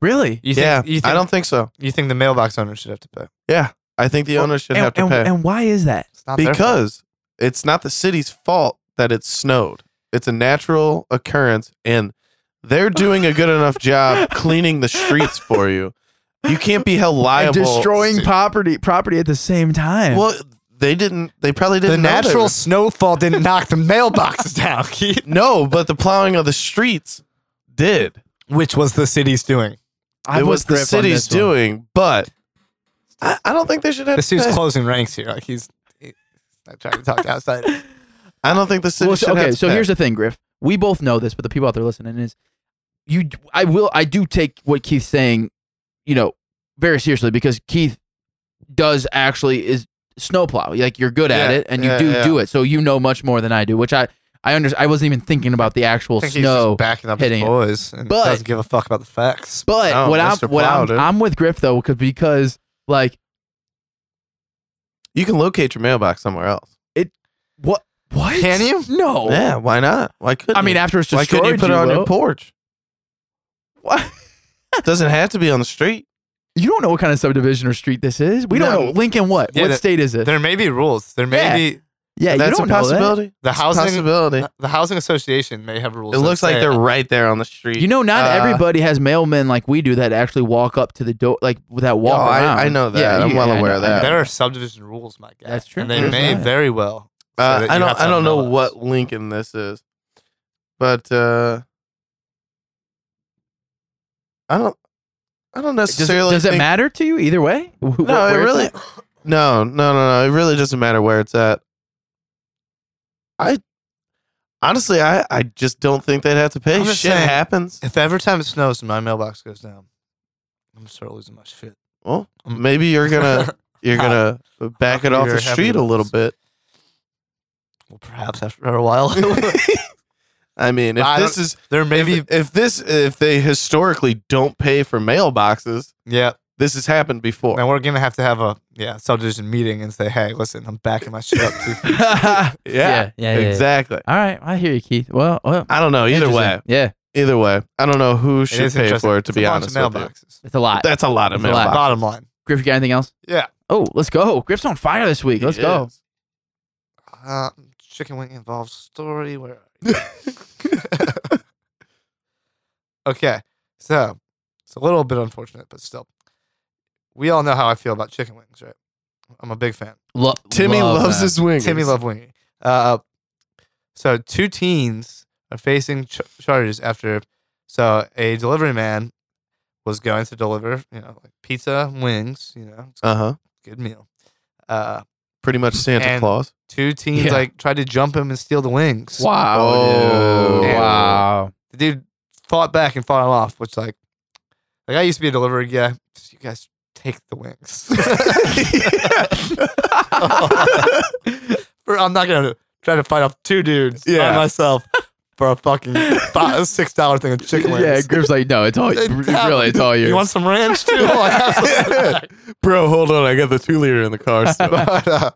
really. You yeah, you I don't think so. You think the mailbox owner should have to pay? Yeah, I think the Well, owner should and, have to and- pay and why is that? It's not their fault. because it's not the city's fault that it snowed. It's a natural occurrence, and they're doing a good enough job cleaning the streets for you. You can't be held liable. And destroying property property at the same time. Well, they didn't. They probably the didn't. know they natural were- snowfall didn't knock the mailboxes down, Keith. No, but the plowing of the streets did. Which was the city's doing. I it put was the Griff on city's this one. doing, but I, I don't think they should have. This To dude's pay. closing ranks here. Like he's, he's not trying to talk to outside. I don't think the city Well, should so, okay, have. To so pay. here's the thing, Griff. We both know this, but the people out there listening is you. I will. I do take what Keith's saying, you know, very seriously because Keith does actually is snowplow. Like you're good at Yeah, it, and you yeah, do yeah. do it, so you know much more than I do. Which I I under, I wasn't even thinking about the actual I think he's just snow. backing up his hitting it. boys and But- doesn't give a fuck about the facts. But Oh, what I'm Mr. what Plow, I'm, dude. I'm with Griff though 'cause- because like you can locate your mailbox somewhere else. what what Can you? No. Yeah, why not? Why couldn't? I mean, you? after it's why destroyed, couldn't you put it on your will. porch? What? It doesn't have to be on the street. You don't know what kind of subdivision or street this is. We don't No. know. Lincoln, what? Yeah, what that- state is it? There may be rules. There may Yeah. be Yeah, that's you don't a know that. possibility. the It's a housing. possibility. The housing association may have rules. It that looks like say- they're right there on the street. You know, not Uh, everybody has mailmen like we do that actually walk up to the door, like that walk Oh, I- around. I know that. I'm well I know- aware of I know. that. There are subdivision rules, my guy. That's true. And they There's may that. very well. say Uh, that I you don't. have to I have don't know mailbox. what Lincoln this is, but uh, I don't. I don't Does, it- necessarily. does it think- matter to you either way? Wh- wh- No, where it it's really. at? No, no, no, no. It really doesn't matter where it's at. I honestly, I, I just don't think they'd have to pay. I'm Shit just saying- happens. If every time it snows and my mailbox goes down, I'm gonna start losing my shit. Well, I'm- maybe you're gonna you're gonna back it How off you're the happy street a with little this. bit. well, perhaps after a while, I mean, if I this is there may be. if, if this if they historically don't pay for mailboxes, Yeah. this has happened before. And we're gonna have to have a yeah subdivision meeting and say, hey, listen, I'm backing my shit up. yeah, Too. yeah, yeah, yeah, yeah. exactly. All right, I hear you, Keith. Well, well I don't know. Either interesting. way, Yeah, either way, I don't know who It should is pay interesting. for it. To It's a be bunch honest of with you, mailboxes. it's a lot. that's a lot of It's a lot. mailboxes. Bottom line, Griff, you got anything else? yeah. Oh, let's go. Griff's on fire this week. Let's He go. is. Uh, chicken wing involved story. Where? okay, so it's a little bit unfortunate, but still, we all know how I feel about chicken wings, right? I'm a big fan. Lo- Timmy love loves that. his wings. Timmy Love Wingy. Uh, so two teens are facing ch- charges after. So a delivery man was going to deliver, you know, like pizza, wings, you know, it's a Uh huh. good meal. Uh, Pretty much Santa And- Claus. two teens Yeah. like tried to jump him and steal the wings. Wow. Oh, dude. yeah. Wow. The dude fought back and fought him off, which like, like I used to be a delivery guy. Just, you guys take the wings. For- I'm not gonna try to fight off two dudes Yeah. by myself for a fucking five, six dollar thing of chicken wings. Yeah, Griff's like, no, it's all It really, it's all yours. You want some ranch too? Like, I was Bro, hold on. I got the two liter in the car like- but, uh,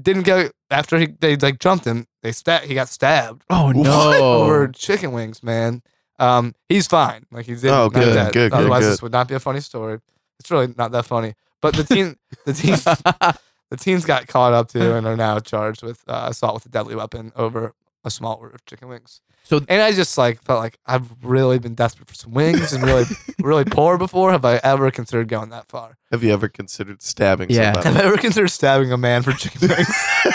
didn't go after he, they like jumped him. They stab. He got stabbed oh no. over chicken wings, man. Um, he's fine. Like he's in. Oh, not good, dead. good, good, Otherwise, good. this would not be a funny story. It's really not that funny. But the teen, the teen, the teens got caught up to and are now charged with uh, assault with a deadly weapon over a small order of chicken wings. So- and I just like felt like I've really been desperate for some wings and really, really poor before. Have I ever considered going that far? Have you ever considered stabbing Yeah. Have somebody? I ever considered stabbing a man for chicken wings?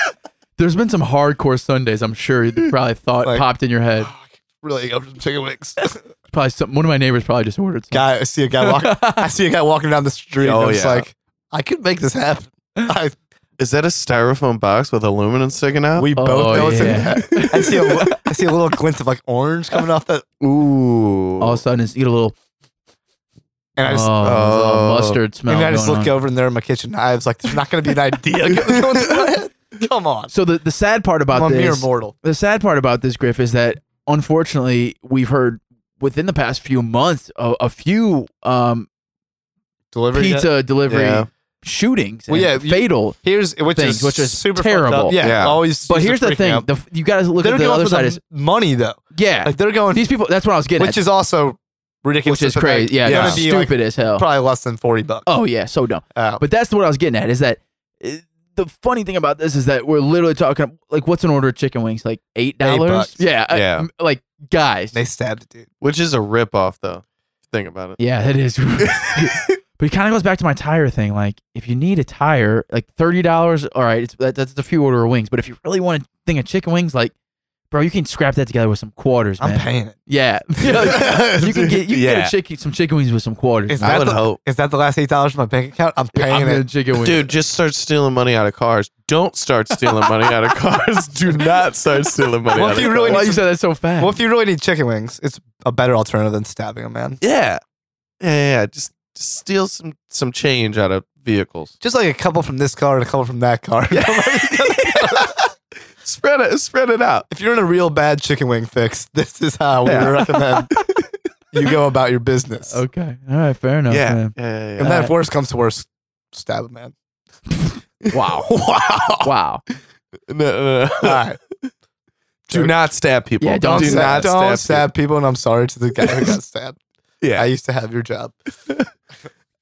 There's been some hardcore Sundays, I'm sure you probably thought Like- popped in your head. really, go for some chicken wings. probably some, one of my neighbors probably just ordered. Some. Guy, I see a guy walk. I see a guy walking down the street. Oh, and I'm just yeah. like, I could make this happen. I, Is that a styrofoam box with aluminum sticking out? we both Oh, know it's in yeah. there. I see a, li- I see a little glint of like orange coming off that, Ooh. All of a sudden, it's, you get a little, and I oh, just. oh. little mustard smell. and I just going look on. over and there in my kitchen knives. Like, there's not going to be an idea going going through my head. Come on. So the, the sad part about I'm a mere this, mortal. the sad part about this, Griff, is that unfortunately we've heard within the past few months a, a few um, Delivery. pizza delivery Yeah. shootings, Well, and yeah, you- fatal. Here's which Things, is which is super fucked up. terrible. Yeah, Yeah. always. But just here's the freaking thing: out. the, f- you guys look they're at the dealing other with side. the Is money though. yeah, Like they're going, these people. That's what I was getting. which at, is also ridiculous. which is It's like, crazy. Yeah, it's yeah. it's gonna be like stupid as hell. probably less than forty bucks. Oh yeah, so dumb. Uh, But that's what I was getting at is that uh, the funny thing about this is that we're literally talking like what's an order of chicken wings like eight dollars? bucks. Yeah, I- Yeah. like guys. they stabbed a dude. Which is a ripoff, though. if you Think about it. yeah, that is. but it kind of goes back to my tire thing. Like if you need a tire, like thirty dollars. All right, it's, that, that's a few order of wings. But if you really want a thing of chicken wings, like bro, you can scrap that together with some quarters, man. I'm paying it. Yeah, you can get you can Yeah. get a chicken some chicken wings with some quarters. Is man. I that would the- hope. Is that the last eight dollars in my bank account? I'm I'm paying getting it. chicken wings. Dude, just start stealing money out of cars. Don't start stealing money out of cars. Do not start stealing money What out if of you cars. really why need you some- said that so fast? Well, if you really need chicken wings, it's a better alternative than stabbing a man. yeah. yeah. Yeah, yeah. Just, just steal some, some change out of vehicles. Just like a couple from this car and a couple from that car. Spread it. Spread it out. if you're in a real bad chicken wing fix, this is how we Yeah. recommend you go about your business. okay, all right, fair enough. yeah. man. Yeah, yeah, yeah. And then Uh, if worse comes to worse, stab a man. Wow. wow. Wow. No, no, All no. right. Do not stab people. Yeah, don't do not stab- don't stab, stab, people. And I'm sorry to the guy who got stabbed. people. I Yeah. used to have your job.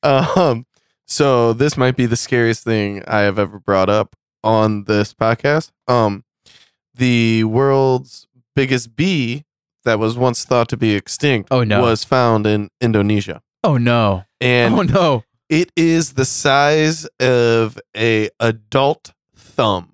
um. So this might be the scariest thing I have ever brought up on this podcast. Um, the world's biggest bee that was once thought to be extinct Oh, no. was found in Indonesia, Oh no. and oh no. it is the size of a adult thumb.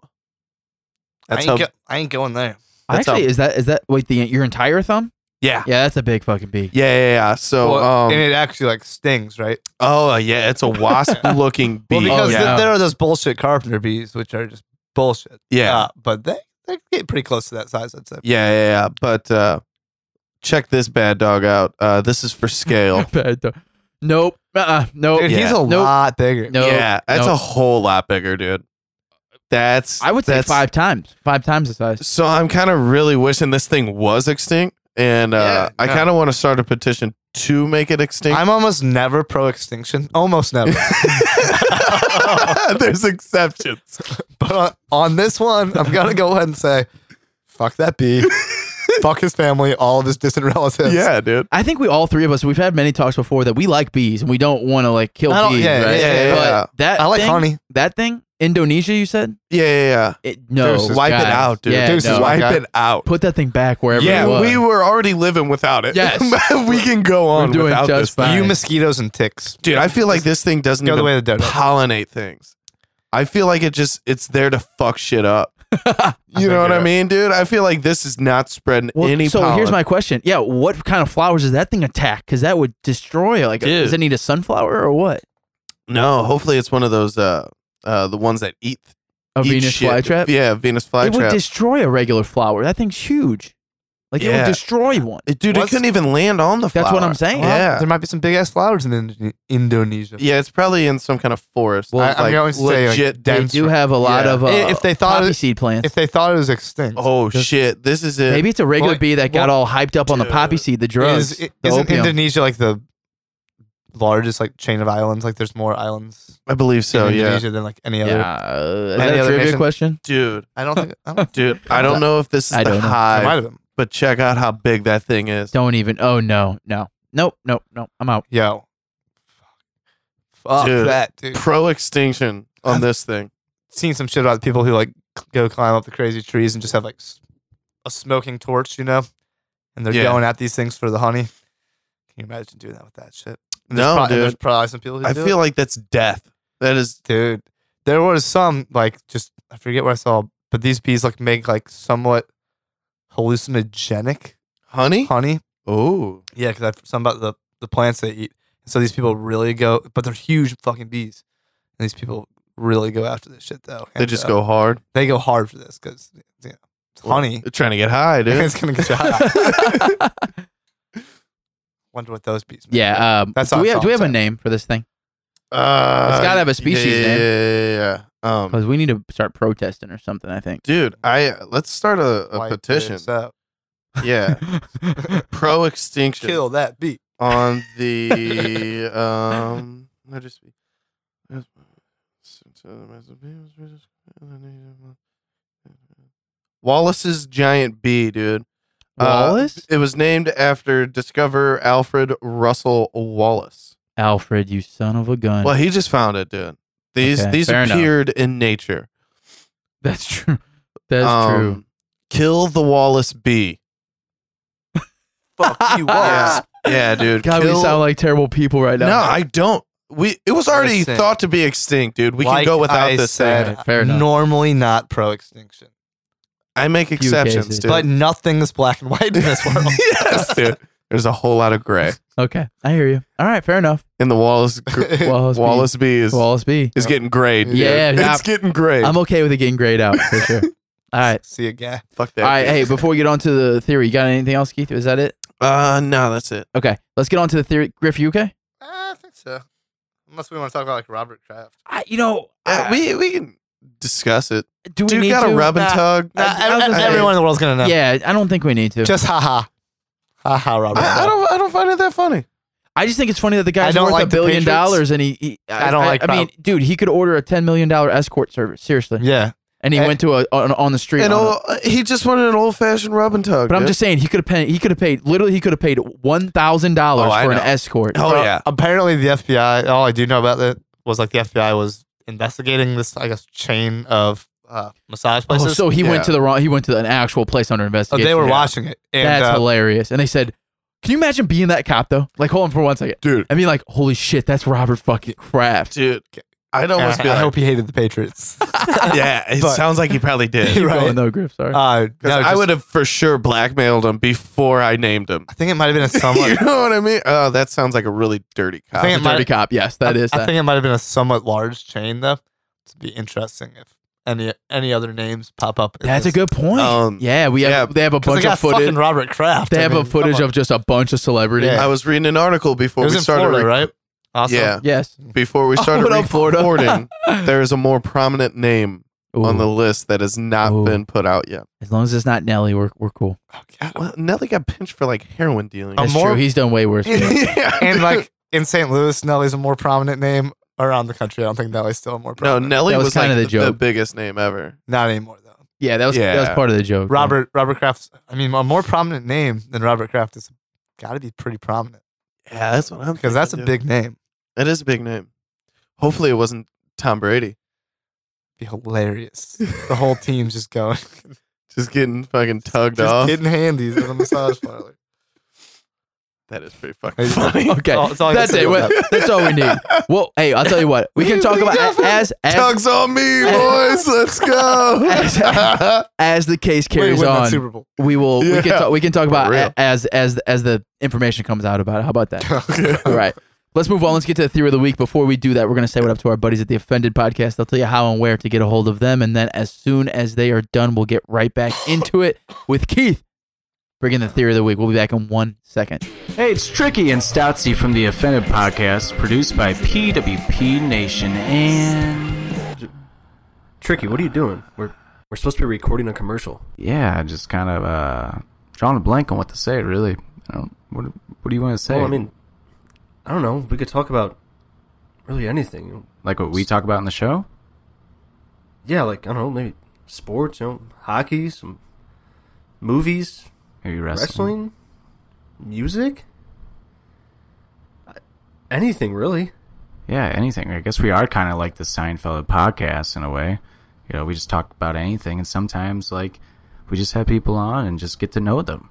That's how. I ain't going there. that's Actually, how- is that is that wait the your entire thumb? yeah. Yeah, that's a big fucking bee. Yeah, yeah, yeah. So, um, and it actually like stings, right? oh yeah, it's a wasp-looking bee. Well, because Oh, yeah. th- there are those bullshit carpenter bees, which are just bullshit. yeah, Uh, but they, they get pretty close to that size, I'd say. Yeah, yeah, yeah. But uh, check this bad dog out. Uh, this is for scale. Bad dog. Nope. Uh-uh. Nope. Dude, he's Oh, Yeah. a Nope. lot bigger. Nope. yeah, that's nope. a whole lot bigger, dude. That's I would say that's- five times. Five times the size. So I'm kind of really wishing this thing was extinct, and uh, Yeah, I no. kind of want to start a petition to make it extinct. I'm almost never pro extinction. Almost never. There's exceptions. but on, on this one, I'm going to go ahead and say fuck that bee. fuck his family, all of his distant relatives. Yeah, dude. I think we all three of us we've had many talks before that we like bees and we don't want to like kill I don't- bees. yeah, right? yeah, yeah, but yeah. that I like thing- honey. That thing, Indonesia. You said Yeah, yeah, yeah. it, no. Deuces, Wipe guys. it out, dude. Yeah, Deuces, no. Wipe Okay. it out. Put that thing back wherever. yeah, it was. we were already living without it. Yes. we can go on doing without this just thing. fine. You mosquitoes and ticks. Dude, I feel like this thing doesn't Go the even way of the dodo. pollinate things. I feel like it just it's there to fuck shit up. you know what I you're mean, dude? I feel like this is not spreading Well, any. so here's pollen. my question. Yeah, what kind of flowers does that thing attack? Because that would destroy. Like, Dude. does it need a sunflower or what? no. Hopefully, it's one of those uh uh the ones that eat A eat Venus shit. flytrap. Yeah, Venus it would flytrap. destroy a regular flower. That thing's huge. Like it Yeah. would destroy one. It- dude, What's- it couldn't even land on the flower. That's what I'm saying. Yeah. There might be some big ass flowers in Indo- Indonesia. Yeah, it's probably in some kind of forest. Well, I- It's I'm like going to say, like, legit They dense- dense. do have a lot Yeah. of uh, I- if they thought poppy it- seed plants. If they thought it was extinct. Oh shit! This is it. Maybe it's a regular Well, bee that got all hyped up on the dude. poppy seed, the drugs, Is, the isn't opium. Indonesia like the largest like chain of islands? Like there's more islands I believe so. in Yeah, Indonesia than like any yeah, other. uh, is Any that a other trivia nation? question? dude, I don't think. I don't. dude. I don't know if this is I the don't know. I might hive, have been. but check out how big that thing is. Don't even. Oh no, no, nope, nope, nope. I'm out. Yo. Fuck Dude. that, dude. pro extinction on this thing. Seen some shit about people who like c- go climb up the crazy trees and just have like s- a smoking torch, you know, and they're Yeah. going at these things for the honey. Can you imagine doing that with that shit? And there's No, prob- and dude. there's probably some people who I do feel it. like that's death. That is dude. There was some like just I forget what I saw, but these bees like make like somewhat hallucinogenic honey. honey. Oh, Yeah, because I've some about the, the plants they eat. So these people really go, but they're huge fucking bees. And these people really go after this shit though. they And, just uh, go hard. They go hard for this because you know, it's honey. They're trying to get high, dude. it's gonna get you high. Wonder what those bees. make. Yeah. Um, That's do on we have, do we have a Songtech. name for this thing? Uh, It's gotta have a species yeah, name. Yeah, yeah, yeah. Um, Because we need to start protesting or something. I think. dude, I let's start a, a Wipe petition. this up. Yeah, Uh, pro extinction Kill that bee. on the um. I just Wallace's giant bee, dude. Uh, Wallace. It was named after discoverer Alfred Russell Wallace. Alfred, you son of a gun. Well, he just found it, dude. These Okay, these fair enough. appeared in nature. That's true. That's Um, true. Kill the Wallace bee. Fuck you, Yeah, Wallace. yeah, dude. God, kill- we sound like terrible people right now. no, I don't. We it was already Listen. thought to be extinct, dude. We Like can go without I this said, thing. Alright, fair enough. normally not pro extinction, I make exceptions, cases. dude. but nothing's black and white in this world. yes, dude. There's a whole lot of gray, okay, I hear you. All right, fair enough. and the Wallace gr- Wallace, B. Wallace bee is Wallace B. is getting grayed. dude. Yeah, yeah. it's getting grayed. I'm okay with it getting grayed out for sure. All right, See you guy. Fuck that. all right. dude. Hey, before we get on to the theory, you got anything else, Keith? Is that it? Uh, no, that's it. Okay, let's get on to the theory. Griff, you okay? I think so. Unless we want to talk about like Robert Kraft. I, you know, Uh, we we can discuss it. do we Dude, need got to? a rub and Nah. tug. Nah, I- I was ev- gonna say- everyone in the world's gonna know. Yeah, I don't think we need to. Just haha. Haha, Robert. I, I don't. I don't find it that funny. I just think it's funny that the guy's I don't worth a like the billion Patriots. dollars, and he. he I don't like I, mean, dude, he could order a ten million dollar escort service. Seriously, Yeah. and he And- went to a on, on the street. And on a- all, he just wanted an old fashioned rub and tug. but I'm dude. just saying, he could have paid. He could have paid. Literally, he could have paid one thousand dollars Oh, I for an know. escort. Oh Well, yeah. Apparently, the FBI. All I do know about that was like the FBI was investigating this, I guess, chain of uh, massage Oh, places. so he yeah. went to the wrong. He went to an actual place under Oh, investigation. they were Yeah. watching it, and That's uh, hilarious. And they said, "Can you imagine being that cop though? Like, hold on for one second. dude, I mean, like, holy shit, that's Robert fucking Kraft. dude. I don't and want I, to be like, hope he hated the Patriots. yeah. It But- sounds like he probably did. Keep right. going though, Griff. Sorry. Uh, no, 'Cause I just- would have for sure blackmailed him before I named him. I think it might have been a you somewhat. know what I mean? Oh, that sounds like a really dirty cop. think It's a it might- dirty cop. Yes, that I- is. uh, I, that. think it might have been a somewhat large chain, though. It'd be interesting if any any other names pop up. in that's a this. good point. Um, yeah, we have. yeah, they have a 'Cause they bunch got of footage. fucking Robert Kraft. They I have mean, a footage come of just a bunch of celebrities. Yeah. I was reading an article on. It before was we in started. Florida, rec- right? Also, Yeah, Yes. before we started what up, Florida? recording, there is a more prominent name on Ooh. the list that has not Ooh. been put out yet. as long as it's not Nelly, we're we're cool. Oh, God. Well, Nelly got pinched for like heroin dealing. That's more- true. He's done way worse. than that. yeah, and dude. like in St. Louis, Nelly's a more prominent name around the country. I don't think Nelly's still a more no, prominent. Nelly That was was, kinda like the the, the joke. biggest name ever. not anymore though. yeah, that was that was Yeah. part of the joke. man. Robert Robert Kraft's. I mean, a more prominent name than Robert Kraft is got to be pretty prominent Yeah, that's what I'm because that's a thinking, dude. big name. That is a big name. Hopefully, it wasn't Tom Brady. Be hilarious. The whole team's just going, Just getting fucking tugged just off. getting handies at a massage parlor. That is pretty fucking Hey, funny. Okay, All- oh, that's all I can that's say it. about Well, That's all we need. Well, hey, I'll tell you what. We can talk about as as, Tugs on me, boys. Let's go. as the case Way to carries win that on. Super Bowl. we will we can Yeah. talk we can talk about real. a- as as as the information comes out about it. How about that? All right. right. Let's move on. Let's get to the theory of the week. Before we do that, we're going to say what up to our buddies at the Offended Podcast. They'll tell you how and where to get a hold of them. And then as soon as they are done, we'll get right back into it with Keith. Bring in the theory of the week. We'll be back in one second. Hey, it's Tricky and Stoutsy from the Offended Podcast, produced by PWP Nation and. Tricky, what are you doing? We're we're supposed to be recording a commercial. Yeah, just kind of uh, drawing a blank on what to say, really. I don't, what, what do you want to say? Well, I mean, I don't know. We could talk about really anything. like what we talk about in the show? Yeah, like I don't know, maybe sports, you know, hockey, some movies, Maybe wrestling? wrestling, music, I- anything really. Yeah, anything. I guess we are kind of like the Seinfeld podcast in a way. You know, we just talk about anything, and sometimes, like, we just have people on and just get to know them.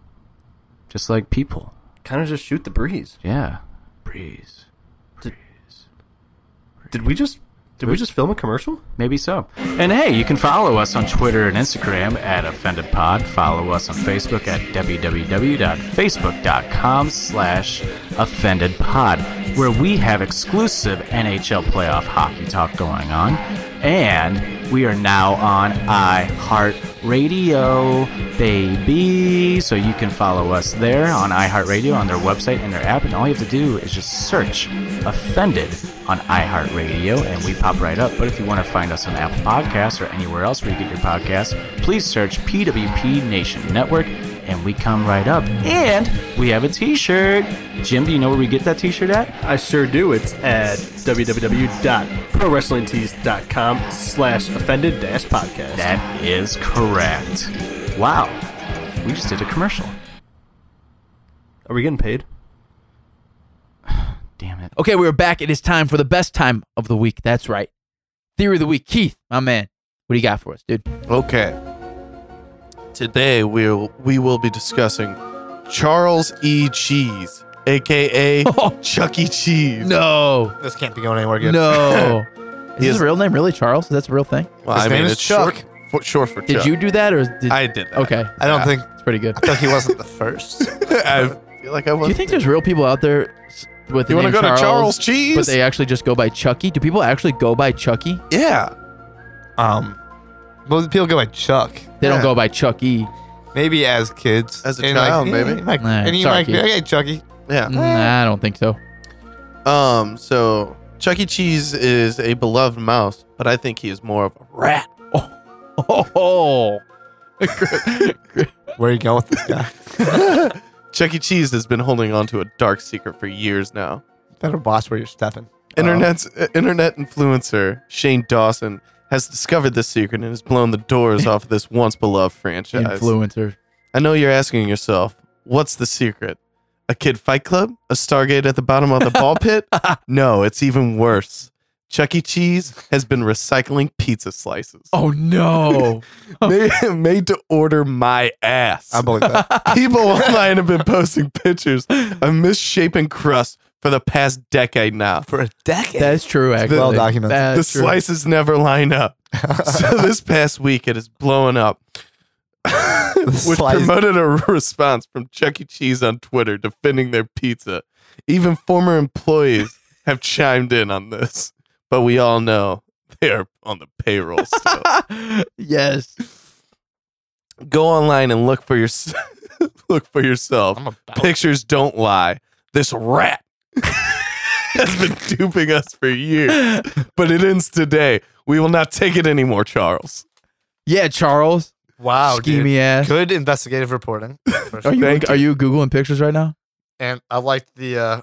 Just like people. Kind of just shoot the breeze. Yeah. Breeze. Did we just Did we just film a commercial? Maybe so. And hey, you can follow us on Twitter and Instagram at OffendedPod. Follow us on Facebook at www.facebook.com slash OffendedPod, where we have exclusive NHL playoff hockey talk going on. And we are now on iHeartRadio, baby. So you can follow us there on iHeartRadio, on their website and their app. And all you have to do is just search Offended on iHeartRadio and we pop right up. But if you want to find us on Apple Podcasts or anywhere else where you get your podcasts, please search PWP Nation Network and we come right up. And we have a t shirt. Jim, do you know where we get that t shirt at? I sure do. It's at www.prowrestlingtees.com slash offended dash podcast. That is correct. Wow. We just did a commercial. Are we getting paid? Damn it. Okay, we're back. It is time for the best time of the week. That's right. Theory of the week. Keith, my man, what do you got for us, dude? Okay. Today we'll we will be discussing Charles E. Cheese, aka Chuck E. Cheese. No. This can't be going anywhere good. No. is He his is- real name really Charles? That's a real thing? Well, His I name mean, is it's short, for, short for Did Chuck. you do that or did I did that. Okay. I don't think It's pretty good. Chucky wasn't the first. I feel like I was. Do you think there's real people out there s- with the You want to name go Charles, to Charles Cheese? but they actually just go by Chucky? Do people actually go by Chucky? yeah. Um, most people go by Chuck. They don't Yeah. go by Chucky. Maybe as kids, As a And child, like, maybe. yeah, you might- Nah, and you sorry, might be kid. like, hey, Chucky. Yeah. Mm, Nah, I don't think so. Hmm. Um. So Chuck E. Cheese is a beloved mouse, but I think he is more of a rat. Oh. Where are you going with this guy? Chuck E. Cheese has been holding on to a dark secret for years now. Uh-huh. Better watch where you're stepping. Internet's uh, internet influencer Shane Dawson has discovered this secret and has blown the doors off of this once beloved franchise. Influencer. I know you're asking yourself, what's the secret? A kid fight club? A Stargate at the bottom of the ball pit? No, it's even worse. Chuck E. Cheese has been recycling pizza slices. Oh no. made, made to order my ass. I believe that. People online have been posting pictures of misshapen crust for the past decade now. For a decade. That's true, actually. well documented. the That's Uh, true. slices never line up. so this past week, it is blowing up, which slice- promoted a response from Chuck E. Cheese on Twitter defending their pizza. Even former employees have chimed in on this, but we all know they are on the payroll still. yes. Go online and look for your look for yourself. I'm about Pictures don't lie. This rat has been duping us for years, but it ends today. We will not take it anymore, Charles. Yeah, Charles. wow, schemy Oh, dude. ass. Good investigative reporting. For Are sure. you, Thank are you googling pictures right now? And I liked the. uh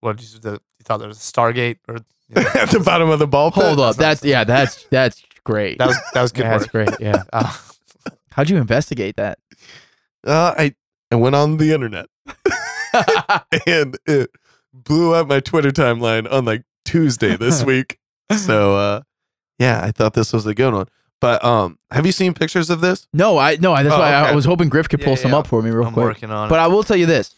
What did you, the, you thought there was a Stargate or you know, At the bottom of the ball pit. Hold up. That's yeah, that's that's great. that was that was good Yeah, that's work. great. Yeah. Uh, How'd you investigate that? Uh, I I went on the internet and it blew up my Twitter timeline on like Tuesday this week. So uh, yeah, I thought this was a good one. But um, have you seen pictures of this? no, I no, I that's Oh, why I okay. was hoping Griff could Yeah, pull yeah, some yeah. up for me real I'm quick. working on But it. I will tell you this.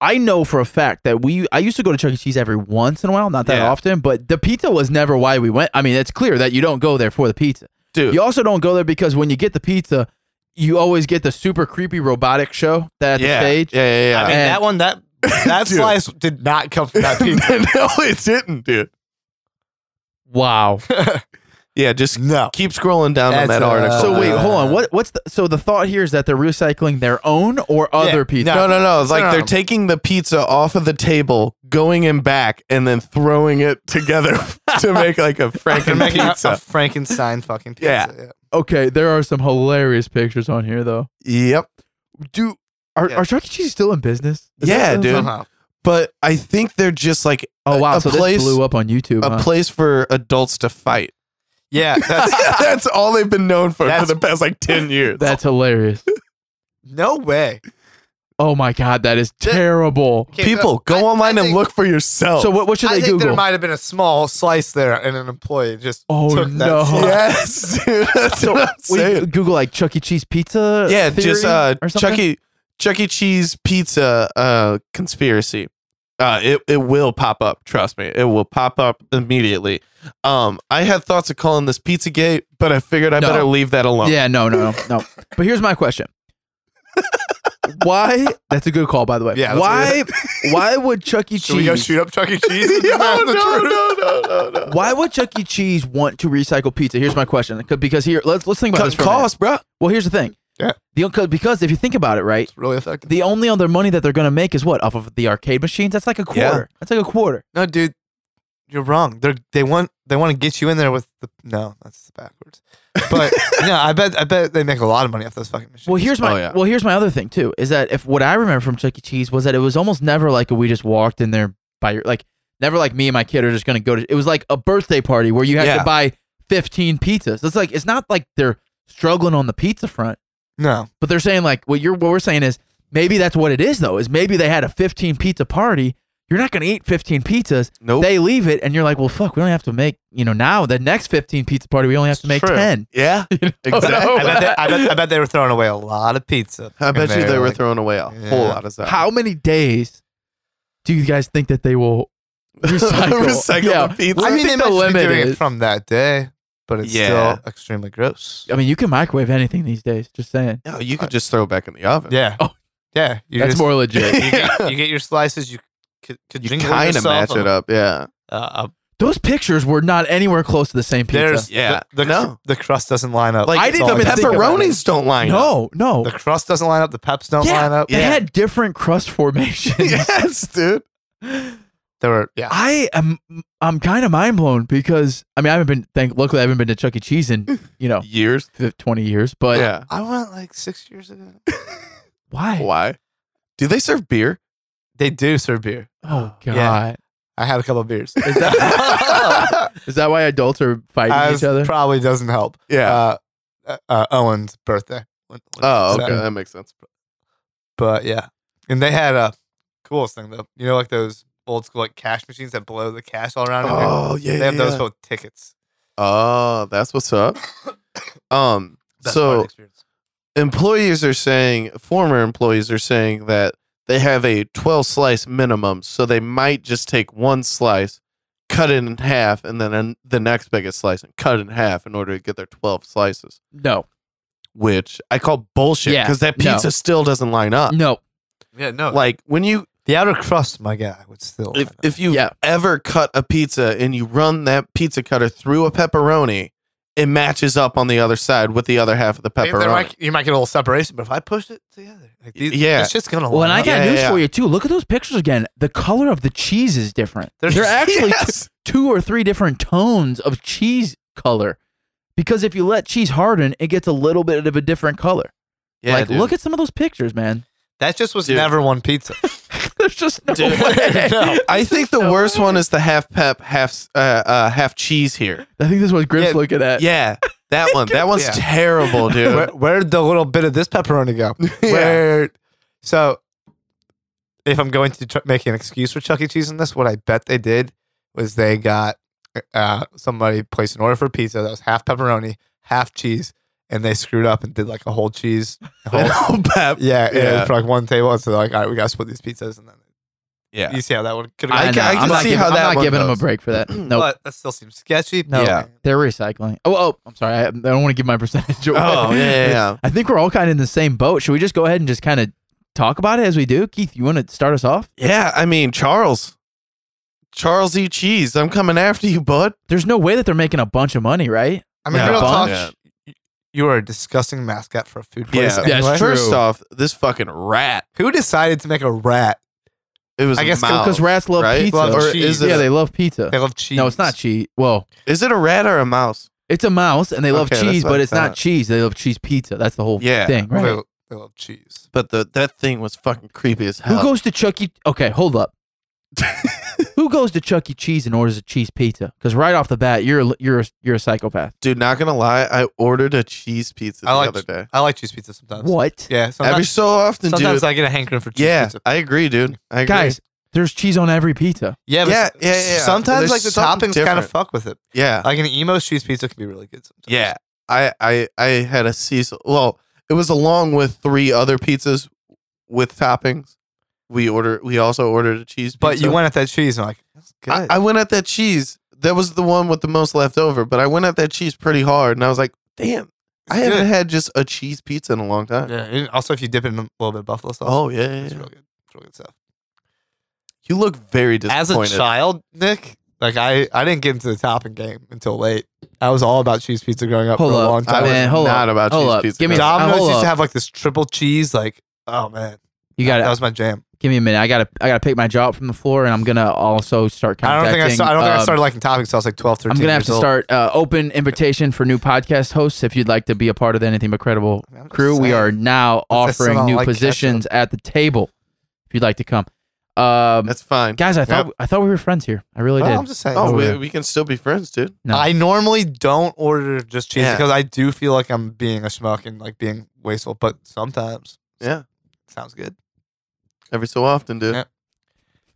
I know for a fact that we I used to go to Chuck E. Cheese every once in a while, not that Yeah. often, but the pizza was never why we went. I mean, it's clear that you don't go there for the pizza. Dude, You also don't go there because when you get the pizza, you always get the super creepy robotic show that at yeah, the stage. yeah, yeah, I yeah. mean and- that one that that Dude. slice did not come from that pizza. no, it didn't, dude. Wow. Yeah, just no. keep scrolling down on That's, that uh, article. Oh. So wait, Uh, hold on. What what's the, so the thought here is that they're recycling their own or other pizza? No, no, no. It's like No, no, they're no. taking the pizza off of the table, going in back, and then throwing it together to make like a They're Franken making a, pizza. a Frankenstein fucking pizza. Yeah. Okay, there are some hilarious pictures on here though. yep. Do are, Yeah. are Chuck E. Cheese still in business? Yeah, that- dude. Somehow. But I think they're just like Oh wow, a so place, this blew up on YouTube. a huh? place for adults to fight. Yeah, that's That's all they've been known for That's- for the past like ten years. That's hilarious. no way. Oh my god, that is terrible. Okay, People, I- go I online and think- look for yourself. So what what should Oh. I they think there Google? might have been a small slice there, and an employee just Oh, took that no. yes, slice. dude. That's So, what I'm What do you- saying. Google like Chuck E. Cheese pizza. yeah, theory E. just uh, or something? Chuck E. Chuck E. Cheese pizza uh, conspiracy. Uh, it it will pop up. Trust me, it will pop up immediately. Um, I had thoughts of calling this Pizzagate, but I figured I No. better leave that alone. Yeah, no, no, no, no. But here's my question. why? That's a good call, by the way. Yeah, that's Why? Why would Chuck E. Should we go Cheese? shoot up Chuck E. Cheese? Is Yo, that the no, truth? no, no, no, no. Why would Chuck E. Cheese want to recycle pizza? Here's my question. C- Because here, let's let's think about this Cut for a minute. costs, bro. Well, here's the thing. Yeah. The because- because if you think about it, right, It's really effective. the only other money that they're gonna make is what off of the arcade machines. That's like a Yeah. quarter. That's like a quarter. No, dude, you're wrong. They they want they want to get you in there with the no, that's backwards. But no, I bet I bet they make a lot of money off those fucking machines. Well, here's my Oh, yeah. well, here's my other thing too is that if what I remember from Chuck E. Cheese was that it was almost never like we just walked in there by your like never like me and my kid are just gonna go to. It was like a birthday party where you had Yeah. to buy fifteen pizzas. It's like it's not like they're struggling on the pizza front, no, but they're saying like what you're what we're saying is maybe that's what it is though is maybe they had a fifteen pizza party. You're not gonna eat fifteen pizzas. Nope. They leave it, and you're like, well, fuck, we only have to make you know now the next fifteen pizza party. We only have to make True. ten. Yeah, I, exactly. no. I bet they, I, bet, I bet they were throwing away a lot of pizza. I bet And you they were like, throwing away a Yeah. whole lot of stuff. how many days do you guys think that they will recycle? Recycle yeah. the pizza. I mean, they think the must be limit doing it is- from that day, but it's Yeah. still extremely gross. I mean, you can microwave anything these days. Just saying, No, you could just throw it back in the oven. Yeah, Oh. yeah. You that's just- more legit. You get, you get your slices. You could, could You kind of match it up. Yeah. Uh, Those pictures were not anywhere close to the same pizza. there's Yeah. The, the, No. the crust doesn't line up. Like, I didn't That's all even got. think about it. pepperonis don't line up. no, no. The crust doesn't line up. The peps don't yeah, line up. they had different crust formations. yes, dude. There were yeah. I am, I'm kind of mind blown because I mean, I haven't been. Thank, luckily, I haven't been to Chuck E. Cheese in you know Years. fif- 20 years. But yeah. I went like six years ago. why? Why? Do they serve beer? They do serve beer. Oh God! Yeah. I had a couple of beers. Is that- Is that why adults are fighting As each other? probably doesn't help. Yeah. Uh, uh, uh, Owen's birthday. When- when- oh, so- okay. That makes sense. But yeah, and they had a coolest thing though. You know, like those old school like cash machines that blow the cash all around. in there? Oh, yeah. they have yeah, those yeah. for tickets. Oh, that's what's up. Um, That's part so of the experience. employees are saying, former employees are saying that they have a 12 slice minimum. So they might just take one slice, cut it in half, and then an- the next biggest slice and cut it in half in order to get their 12 slices, No, which I call bullshit Yeah, because that no. pizza still doesn't line up. no. yeah, no, like Like when you, the outer crust, my guy would still. if, line up. if you've Yeah. ever cut a pizza and you run that pizza cutter through a pepperoni, it matches up on the other side with the other half of the Maybe there pepperoni. might- you might get a little separation, but if I push it together, like these, Yeah. it's just gonna. Well, line and I up. got Yeah, news yeah, for yeah. you too. Look at those pictures again. The color of the cheese is different. There's- there are actually t- Yes. two or three different tones of cheese color. Because if you let cheese harden, it gets a little bit of a different color. like, dude. look at some of those pictures, man. That just was Dude. never one pizza. There's just no Dude, way. no. I think the worst one is the half pep, half uh, uh, half cheese here. I think this is what Griff's Yeah, looking at. Yeah, that one. That one's Yeah. terrible, Where, dude. where'd the little bit of this pepperoni go? Yeah. Where? So, if I'm going to tr- make an excuse for Chuck E. Cheese in this, what I bet they did was they got uh, somebody placed an order for pizza that was half pepperoni, half cheese, and they screwed up and did like a whole cheese. a whole- Whole pep. yeah, Yeah. yeah. for like one table. And so they're like, all right, we got to split these pizzas, and then Yeah. you see how that would could I, I know. can- I I'm can not see giving, how I'm that not one giving them a goes. break for that. No, But that still seems sketchy. No. Yeah. they're recycling. Oh, oh, I'm sorry. I, I don't want to give my percentage away. Oh yeah, yeah, yeah. I think we're all kind of in the same boat. Should we just go ahead and just kind of talk about it as we do? Keith, you want to start us off? Yeah, I mean Charles, Charles E. Cheese. I'm coming after you, bud. There's no way that they're making a bunch of money, right? I mean, Yeah. real talk. Yeah. y- You are a disgusting mascot for a food place. Yeah. Yeah, it's anyway. true. First off, this fucking rat. Who decided to make a rat? It was I guess miles, Because rats love right? pizza. Love or Oh, cheese. is it? yeah, a- they love pizza. They love cheese. no, it's not cheese. Well, is it a rat or a mouse? it's a mouse and they love Okay, that's cheese, what but I it's not thought. cheese. They love cheese pizza. That's the whole Yeah. thing, They, right? they love cheese. But the that thing was fucking creepy as uh, hell. Who goes to Chuck E. Okay, hold up. Who goes to Chuck E. Cheese and orders a cheese pizza? Because right off the bat, you're a, you're a, you're a psychopath. Dude, not gonna lie, I ordered a cheese pizza I the like other day. I like cheese pizza sometimes. What, Yeah, sometimes, Every so often, sometimes dude. I get a hankering for cheese yeah, pizza. I agree, dude. I agree. guys? There's cheese on every pizza. Yeah, but Yeah, s- yeah, yeah, yeah. Sometimes There's like the something toppings kind different. of fuck with it. yeah, uh, Like an emo's cheese pizza can be really good sometimes. Yeah, I I I had a Cecil. Well, it was along with three other pizzas with toppings. we order we also ordered a cheese pizza. But you went at that cheese and I'm like, that's good. I, I went at that cheese. That was the one with the most left over, but I went at that cheese pretty hard and I was like, damn, I It's haven't good. had just a cheese pizza in a long time. yeah. and also, if you dip it in a little bit of buffalo sauce, Oh yeah, yeah, it's yeah. real good. It's real good stuff. You look very As a disappointed. child, Nick, like I, I didn't get into the topping game until late. I was all about cheese pizza growing up Hold for a up. long I time. was Man, hold not up. about Hold cheese up. pizza. Give me- growing up. Domino's hold used to up. have like this triple cheese, like oh man, You got that to was my jam. give me a minute. I got to I got to pick my jaw up from the floor, and I'm gonna also start I don't contacting. think I, sta- I don't think I um, started liking topping until I was like 12, 13 I'm gonna have years to old. start uh, open invitation for new podcast hosts. If you'd like to be a part of the Anything But Credible I'm just crew, we saying. are now I said, I offering don't new like ketchup. positions at the table. If you'd like to come, um, That's fine. guys, I thought I thought we were friends here. I really Well, did. I'm just saying. Oh, we, yeah. we can still be friends, dude. No. I normally don't order just cheese Yeah. because I do feel like I'm being a schmuck and like being wasteful, but sometimes Yeah, sounds good. every so often, dude. Yeah.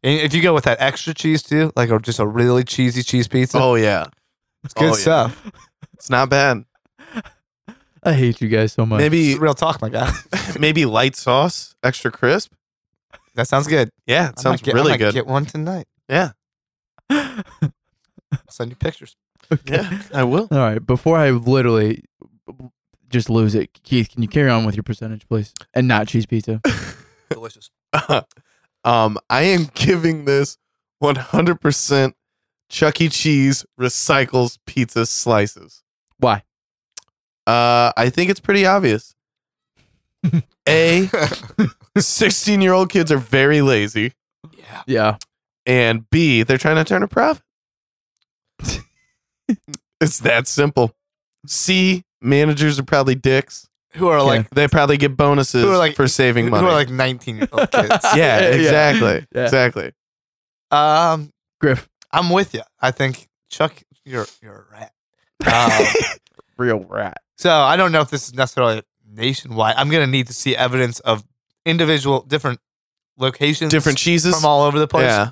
And if you go with that extra cheese too, like or just a really cheesy cheese pizza, Oh yeah, it's good oh, yeah. stuff. it's not bad. I hate you guys so much. Maybe Real talk, my guy. maybe light sauce, extra crisp. That sounds good. Yeah, I it sounds might get, I really might good. Get one tonight. Yeah. I'll send you pictures. Yeah, I will. All right, before I literally just lose it, Keith, can you carry on with your percentage, please, and not cheese pizza? Delicious. um, I am giving this 100% Chuck E. Cheese recycles pizza slices. Why? Uh, I think it's pretty obvious. A, 16 year old kids are very lazy. Yeah. Yeah, And B, they're trying to turn a profit. it's that simple. C, managers are probably dicks. Who are like They probably get bonuses Who are like- for saving who money. are like 19 year old kids. yeah, exactly. Yeah. Exactly. um, Griff, I'm with you. I think Chuck, you're you're a rat. Um, real rat. So I don't know if this is necessarily nationwide. I'm gonna need to see evidence of individual different locations, Different cheeses. from all over the place, Yeah.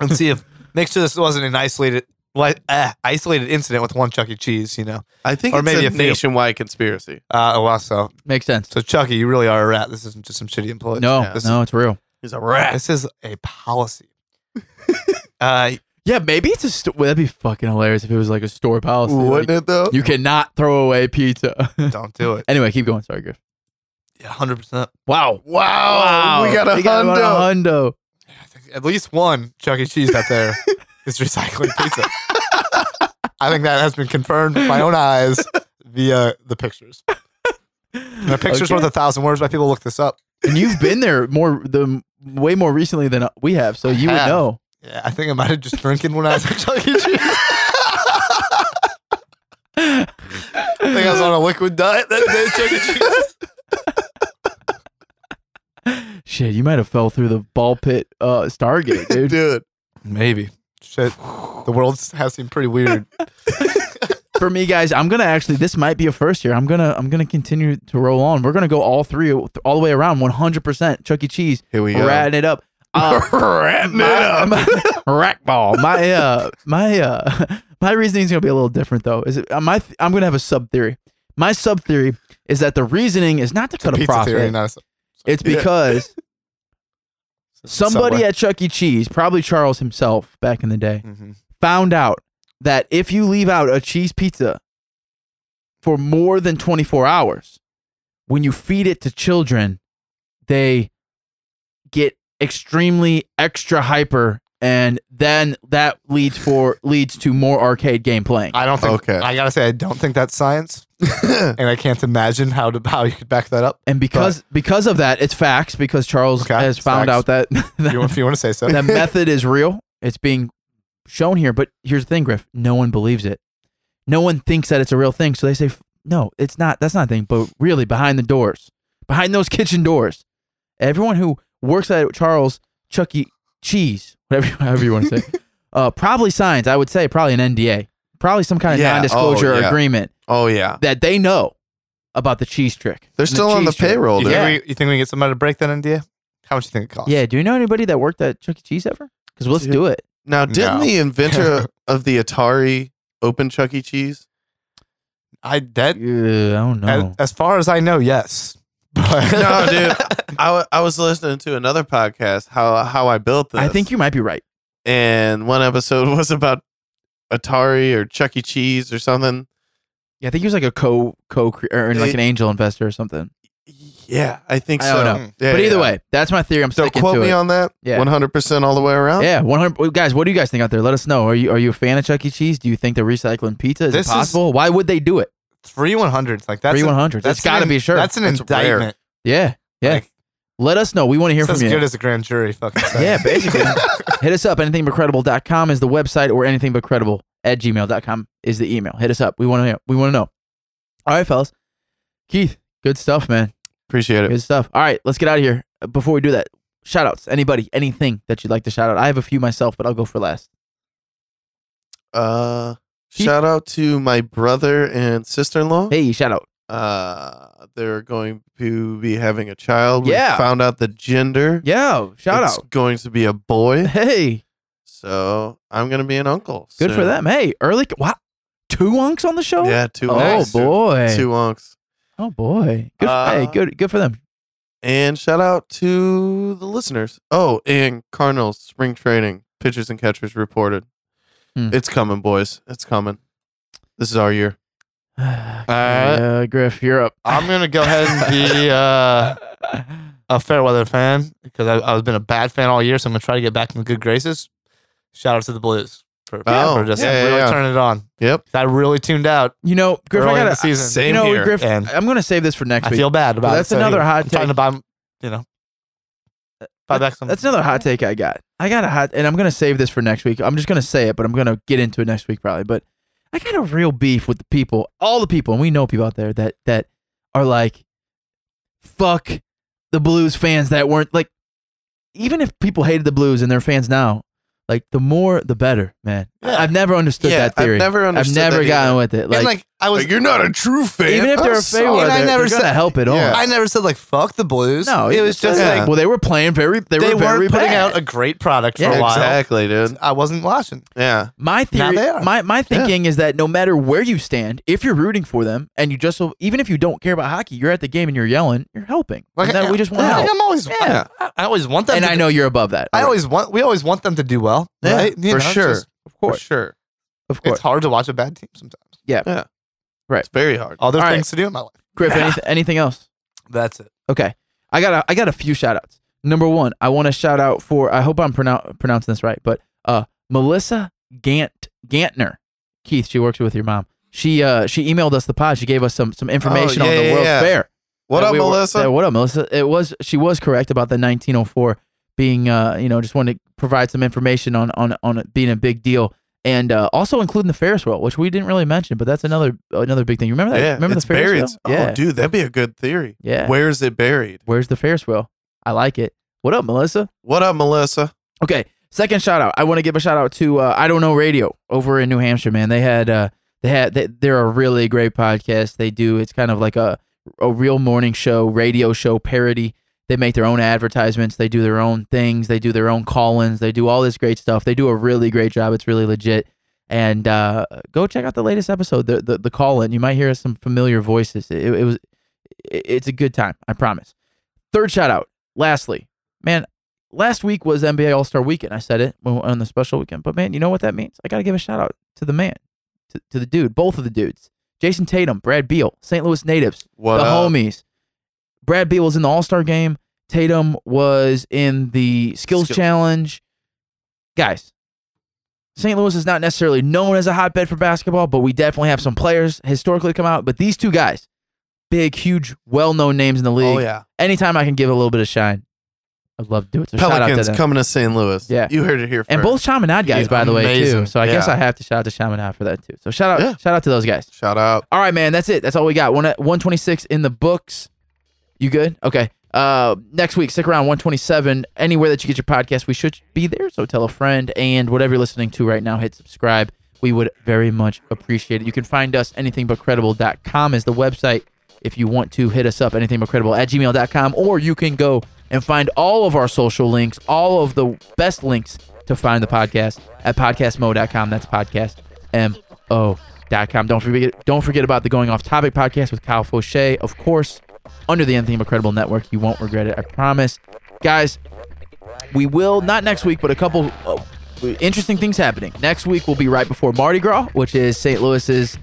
and see if make sure this wasn't an isolated like uh, isolated incident with one Chuck E. Cheese. You know, I think Or it's maybe a a few. nationwide conspiracy. uh, oh wow, so Makes sense. so Chuck E., you really are a rat. This isn't just some shitty employee. No, yeah, this no, it's real. He's a rat. this is a policy. uh, Yeah, maybe it's a sto- well, that'd be fucking hilarious if it was like a store policy. Wouldn't Like, it though? you cannot throw away pizza. don't do it. anyway, keep going. Sorry, Griff. Yeah, hundred percent. Wow. wow, Oh, we got a about hundo. hundo. At least one Chuck E. Cheese out there is recycling pizza. I think that has been confirmed with my own eyes via the pictures. And the pictures Okay. worth a thousand words. My people look this up. and you've been there more the way more recently than we have, so you have. would know. Yeah, I think I might have just drinking when I was at Chuck E. Cheese. I think I was on a liquid diet that day. Chuck E. Cheese. Shit, you might have fell through the ball pit uh, Stargate, dude. Dude, Maybe. Shit, the world has seemed pretty weird. For me, guys, I'm gonna actually this might be a first year. I'm gonna I'm gonna continue to roll on. We're gonna go all three all the way around, 100 percent Chuck E. Cheese, here we go. ratting it up. Uh, Ratting it my, up. my, rackball. My uh, my uh, my reasoning is gonna be a little different though. Is it, uh, my th- I'm gonna have a sub theory. My sub theory is that the reasoning is not to cut a, Pizza profit. theory, not a- It's Yeah. because somebody Subway. at Chuck E. Cheese, probably Charles himself back in the day, Mhm. found out that if you leave out a cheese pizza for more than 24 hours, when you feed it to children, they get extremely extra hyper and then that leads for leads to more arcade game playing. I don't think. Okay. I gotta say, I don't think that's science. and I can't imagine how to how you could back that up. And because because of that, it's facts because Charles Okay, has it's found facts. out that, If that you, if you want to say so, the method is real. It's being shown here. But here's the thing, Griff. No one believes it. No one thinks that it's a real thing. So they say, "F- no, it's not. That's not a thing. But really, behind the doors, behind those kitchen doors, everyone who works at Charles Chuck E. Cheese, whatever, however you want to say, uh, probably signs, I would say, probably an NDA, probably some kind of Yeah, oh, non-disclosure yeah. agreement oh yeah, that they know about the cheese trick. they're and still on the cheese trick. payroll, you, dude. think Yeah. we, you think we can get somebody to break that NDA? How much do you think it costs? Yeah. Do you know anybody that worked at Chuck E. Cheese ever? Because let's Dude. do it. Now, didn't No. the inventor of the Atari open Chuck E. Cheese? I that Yeah, I don't know. as, as far as I know, yes. But no, dude. I, wa- I was listening to another podcast, how how I built this. I think you might be right. and one episode was about Atari or Chuck E. Cheese or something. Yeah, I think he was like a co co or like an angel investor or something. Yeah, I think I so. don't know. Yeah, but either yeah. way, that's my theory. I'm don't sticking quote to me it. on that. Yeah. one hundred percent all the way around. yeah, 100 well, guys. What do you guys think out there? Let us know. Are you are you a fan of Chuck E. Cheese? Do you think they're recycling pizza? Is This it is- possible? Why would they do it? three one hundreds, like that's Three a- one hundred. That's got to an- be sure. That's an rare. indictment. yeah, yeah. Like, Let us know. We want to hear it's from as you. good as a grand jury. Fucking said. Yeah, basically. Hit us up. Anythingbutcredible.com is the website or anythingbutcredible at gmail.com is the email. Hit us up. We want to know. We want to know. All right, fellas. Keith, good stuff, man. Appreciate it. Good stuff. All right, let's get out of here. Uh, Before we do that, shout outs. Anybody, anything that you'd like to shout out? I have a few myself, but I'll go for last. Uh, Keith- shout out to my brother and sister in law. Hey, shout out. Uh, they're going to be having a child. We Yeah. found out the gender. Yeah, shout it's out. going to be a boy. Hey, So I'm gonna be an uncle. good for soon. them. Hey, early. Wow. Two unks on the show? Yeah, two Oh, unks. boy. Two unks. Oh, boy. Good, Uh, hey, good, good for them. And shout out to the listeners. Oh, and Cardinals spring training pitchers and catchers reported. Hmm. It's coming, boys. It's coming. This is our year. uh, yeah, Griff, you're up. I'm gonna go ahead and be uh, a fair weather fan because I, I've been a bad fan all year, so I'm gonna try to get back in the good graces. Shout out to the Blues for, Yeah. Oh, for just Yeah, yeah, really yeah. turning it on. Yep. I really tuned out You know, Griff, early I in gotta, the season. Same you know, here. Griff, And- I'm going to save this for next I week. feel bad about Well, it. that's another hot I'm trying take. to buy, you know, buy back some. That's another hot take I got. I got a hot, and I'm going to save this for next week. I'm just going to say it, but I'm going to get into it next week probably. But I got a real beef with the people, all the people, and we know people out there that that are like, fuck the Blues fans that weren't like, even if people hated the Blues and they're fans now, like the more the better, man. Yeah. I've never understood Yeah, that theory. I've never I've understood never that gotten either. with it. and Like, like I was, you're not a true fan. even if I'm they're a sorry. favorite, And I they're, never they're gonna said- help at all. Yeah. I never said like fuck the Blues. No, it was just yeah. like well, they were playing very. They, they were very weren't putting bad. out a great product for Yeah, a while. Exactly, dude. I wasn't watching. Yeah. My Now theory, they are. my my thinking is that no matter where you stand, if you're rooting for them and you just even if you don't care about hockey, you're at the game and you're yelling, you're helping. Like, and that we just want I, to like, help. I'm always, Yeah. I, I always want them. And to I do- know you're above that. I Right. always want. We always want them to do well, Yeah, right? You for know, it's sure. just- of course, For sure. of course. It's hard to watch a bad team sometimes. It's very hard. Other All right. things to do in my life. Griff, anyth- anything else? That's it. Okay, I got a, I got a few shout outs. Number one, I want to shout out for I hope I'm pronou- pronouncing this right, but uh, Melissa Gant Gantner, Keith. She works with your mom. She uh she emailed us the pod. She gave us some some Oh, information yeah, on the yeah, World yeah. Fair. What that up, we were- Melissa? that- what up, Melissa? It was she was correct about the 1904 being, uh, you know, just wanted to provide some information on on on it being a big deal, and uh, also including the Ferris wheel, which we didn't really mention, but that's another another big thing. You remember that? yeah. remember it's the Ferris buried. wheel? yeah. Oh, dude, that'd be a good theory. Yeah. Where is it buried? Where's the Ferris wheel? I like it. What up, Melissa? What up, Melissa? Okay. Second shout out. I want to give a shout out to uh, I don't know radio over in New Hampshire. Man, they had uh, they had they, they're a really great podcast. They do. It's kind of like a a real morning show, radio show parody. They make their own advertisements. They do their own things. They do their own call-ins. They do all this great stuff. They do a really great job. It's really legit. And uh, go check out the latest episode, the the, the call-in. You might hear some familiar voices. It, it was, it, it's a good time. I promise. Third shout out. Lastly, man, last week was NBA All Star Weekend. I said it when we were on the special weekend. But man, you know what that means? I got to give a shout out to the man, to, to the dude, both of the dudes, Jason Tatum, Brad Beal, St. Louis natives What the up? homies. Brad Beal was in the All Star game. Tatum was in the Skills Skills. Challenge. Guys, St. Louis is not necessarily known as a hotbed for basketball, but we definitely have some players historically come out. But these two guys, big, huge, well known names in the league. Oh yeah. Anytime I can give a little bit of shine, I'd love to do it. So shout out to Pelicans them. coming to St. Louis. Yeah. You heard it here first. and both Chaminade guys, Yeah, by the way, too. amazing. So I guess Yeah. I have to shout out to Chaminade for that too. So shout out, Yeah. shout out to those guys. Shout out. All right, man. That's it. That's all we got. One one twenty six in the books. You good? Okay. Uh, next week, stick around one twenty seven. Anywhere that you get your podcast, we should be there. So tell a friend and whatever you're listening to right now, hit subscribe. We would very much appreciate it. You can find us anythingbutcredible.com is the website. If you want to hit us up, anythingbutcredible at gmail.com, or you can go and find all of our social links, all of the best links to find the podcast at podcastmo.com. That's podcast mo.com. Don't forget don't forget about the Going Off Topic podcast with Kyle Fauché, of course. under the Anything But Credible Network. You won't regret it. I promise. Guys, we will, not next week, but a couple oh, interesting things happening. Next week will be right before Mardi Gras, which is St. Louis's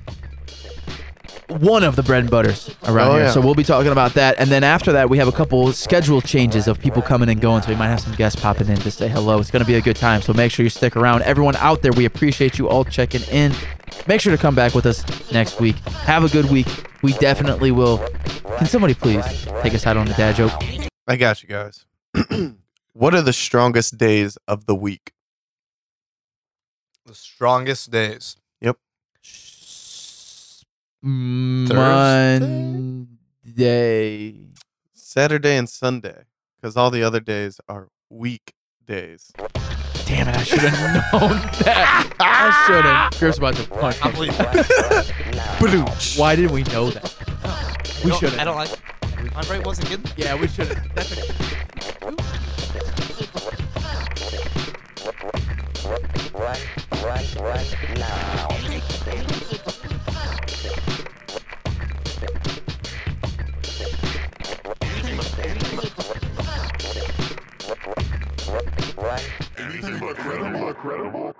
one of the bread and butters around Oh, here. yeah. So we'll be talking about that. And then after that, we have a couple schedule changes of people coming and going. So we might have some guests popping in to say hello. It's going to be a good time. So make sure you stick around. Everyone out there, we appreciate you all checking in. Make sure to come back with us next week. Have a good week. We definitely will. Can somebody please take us out on a dad joke? I got you guys. what are the strongest days of the week? The strongest days. Monday. Saturday and Sunday, because all the other days are week days. Damn it, I should have known that. I should have. Griff's about to punch me. Why did we know that? We should have. like. My right wasn't good. Yeah, we should have. That's a. Anything but credible.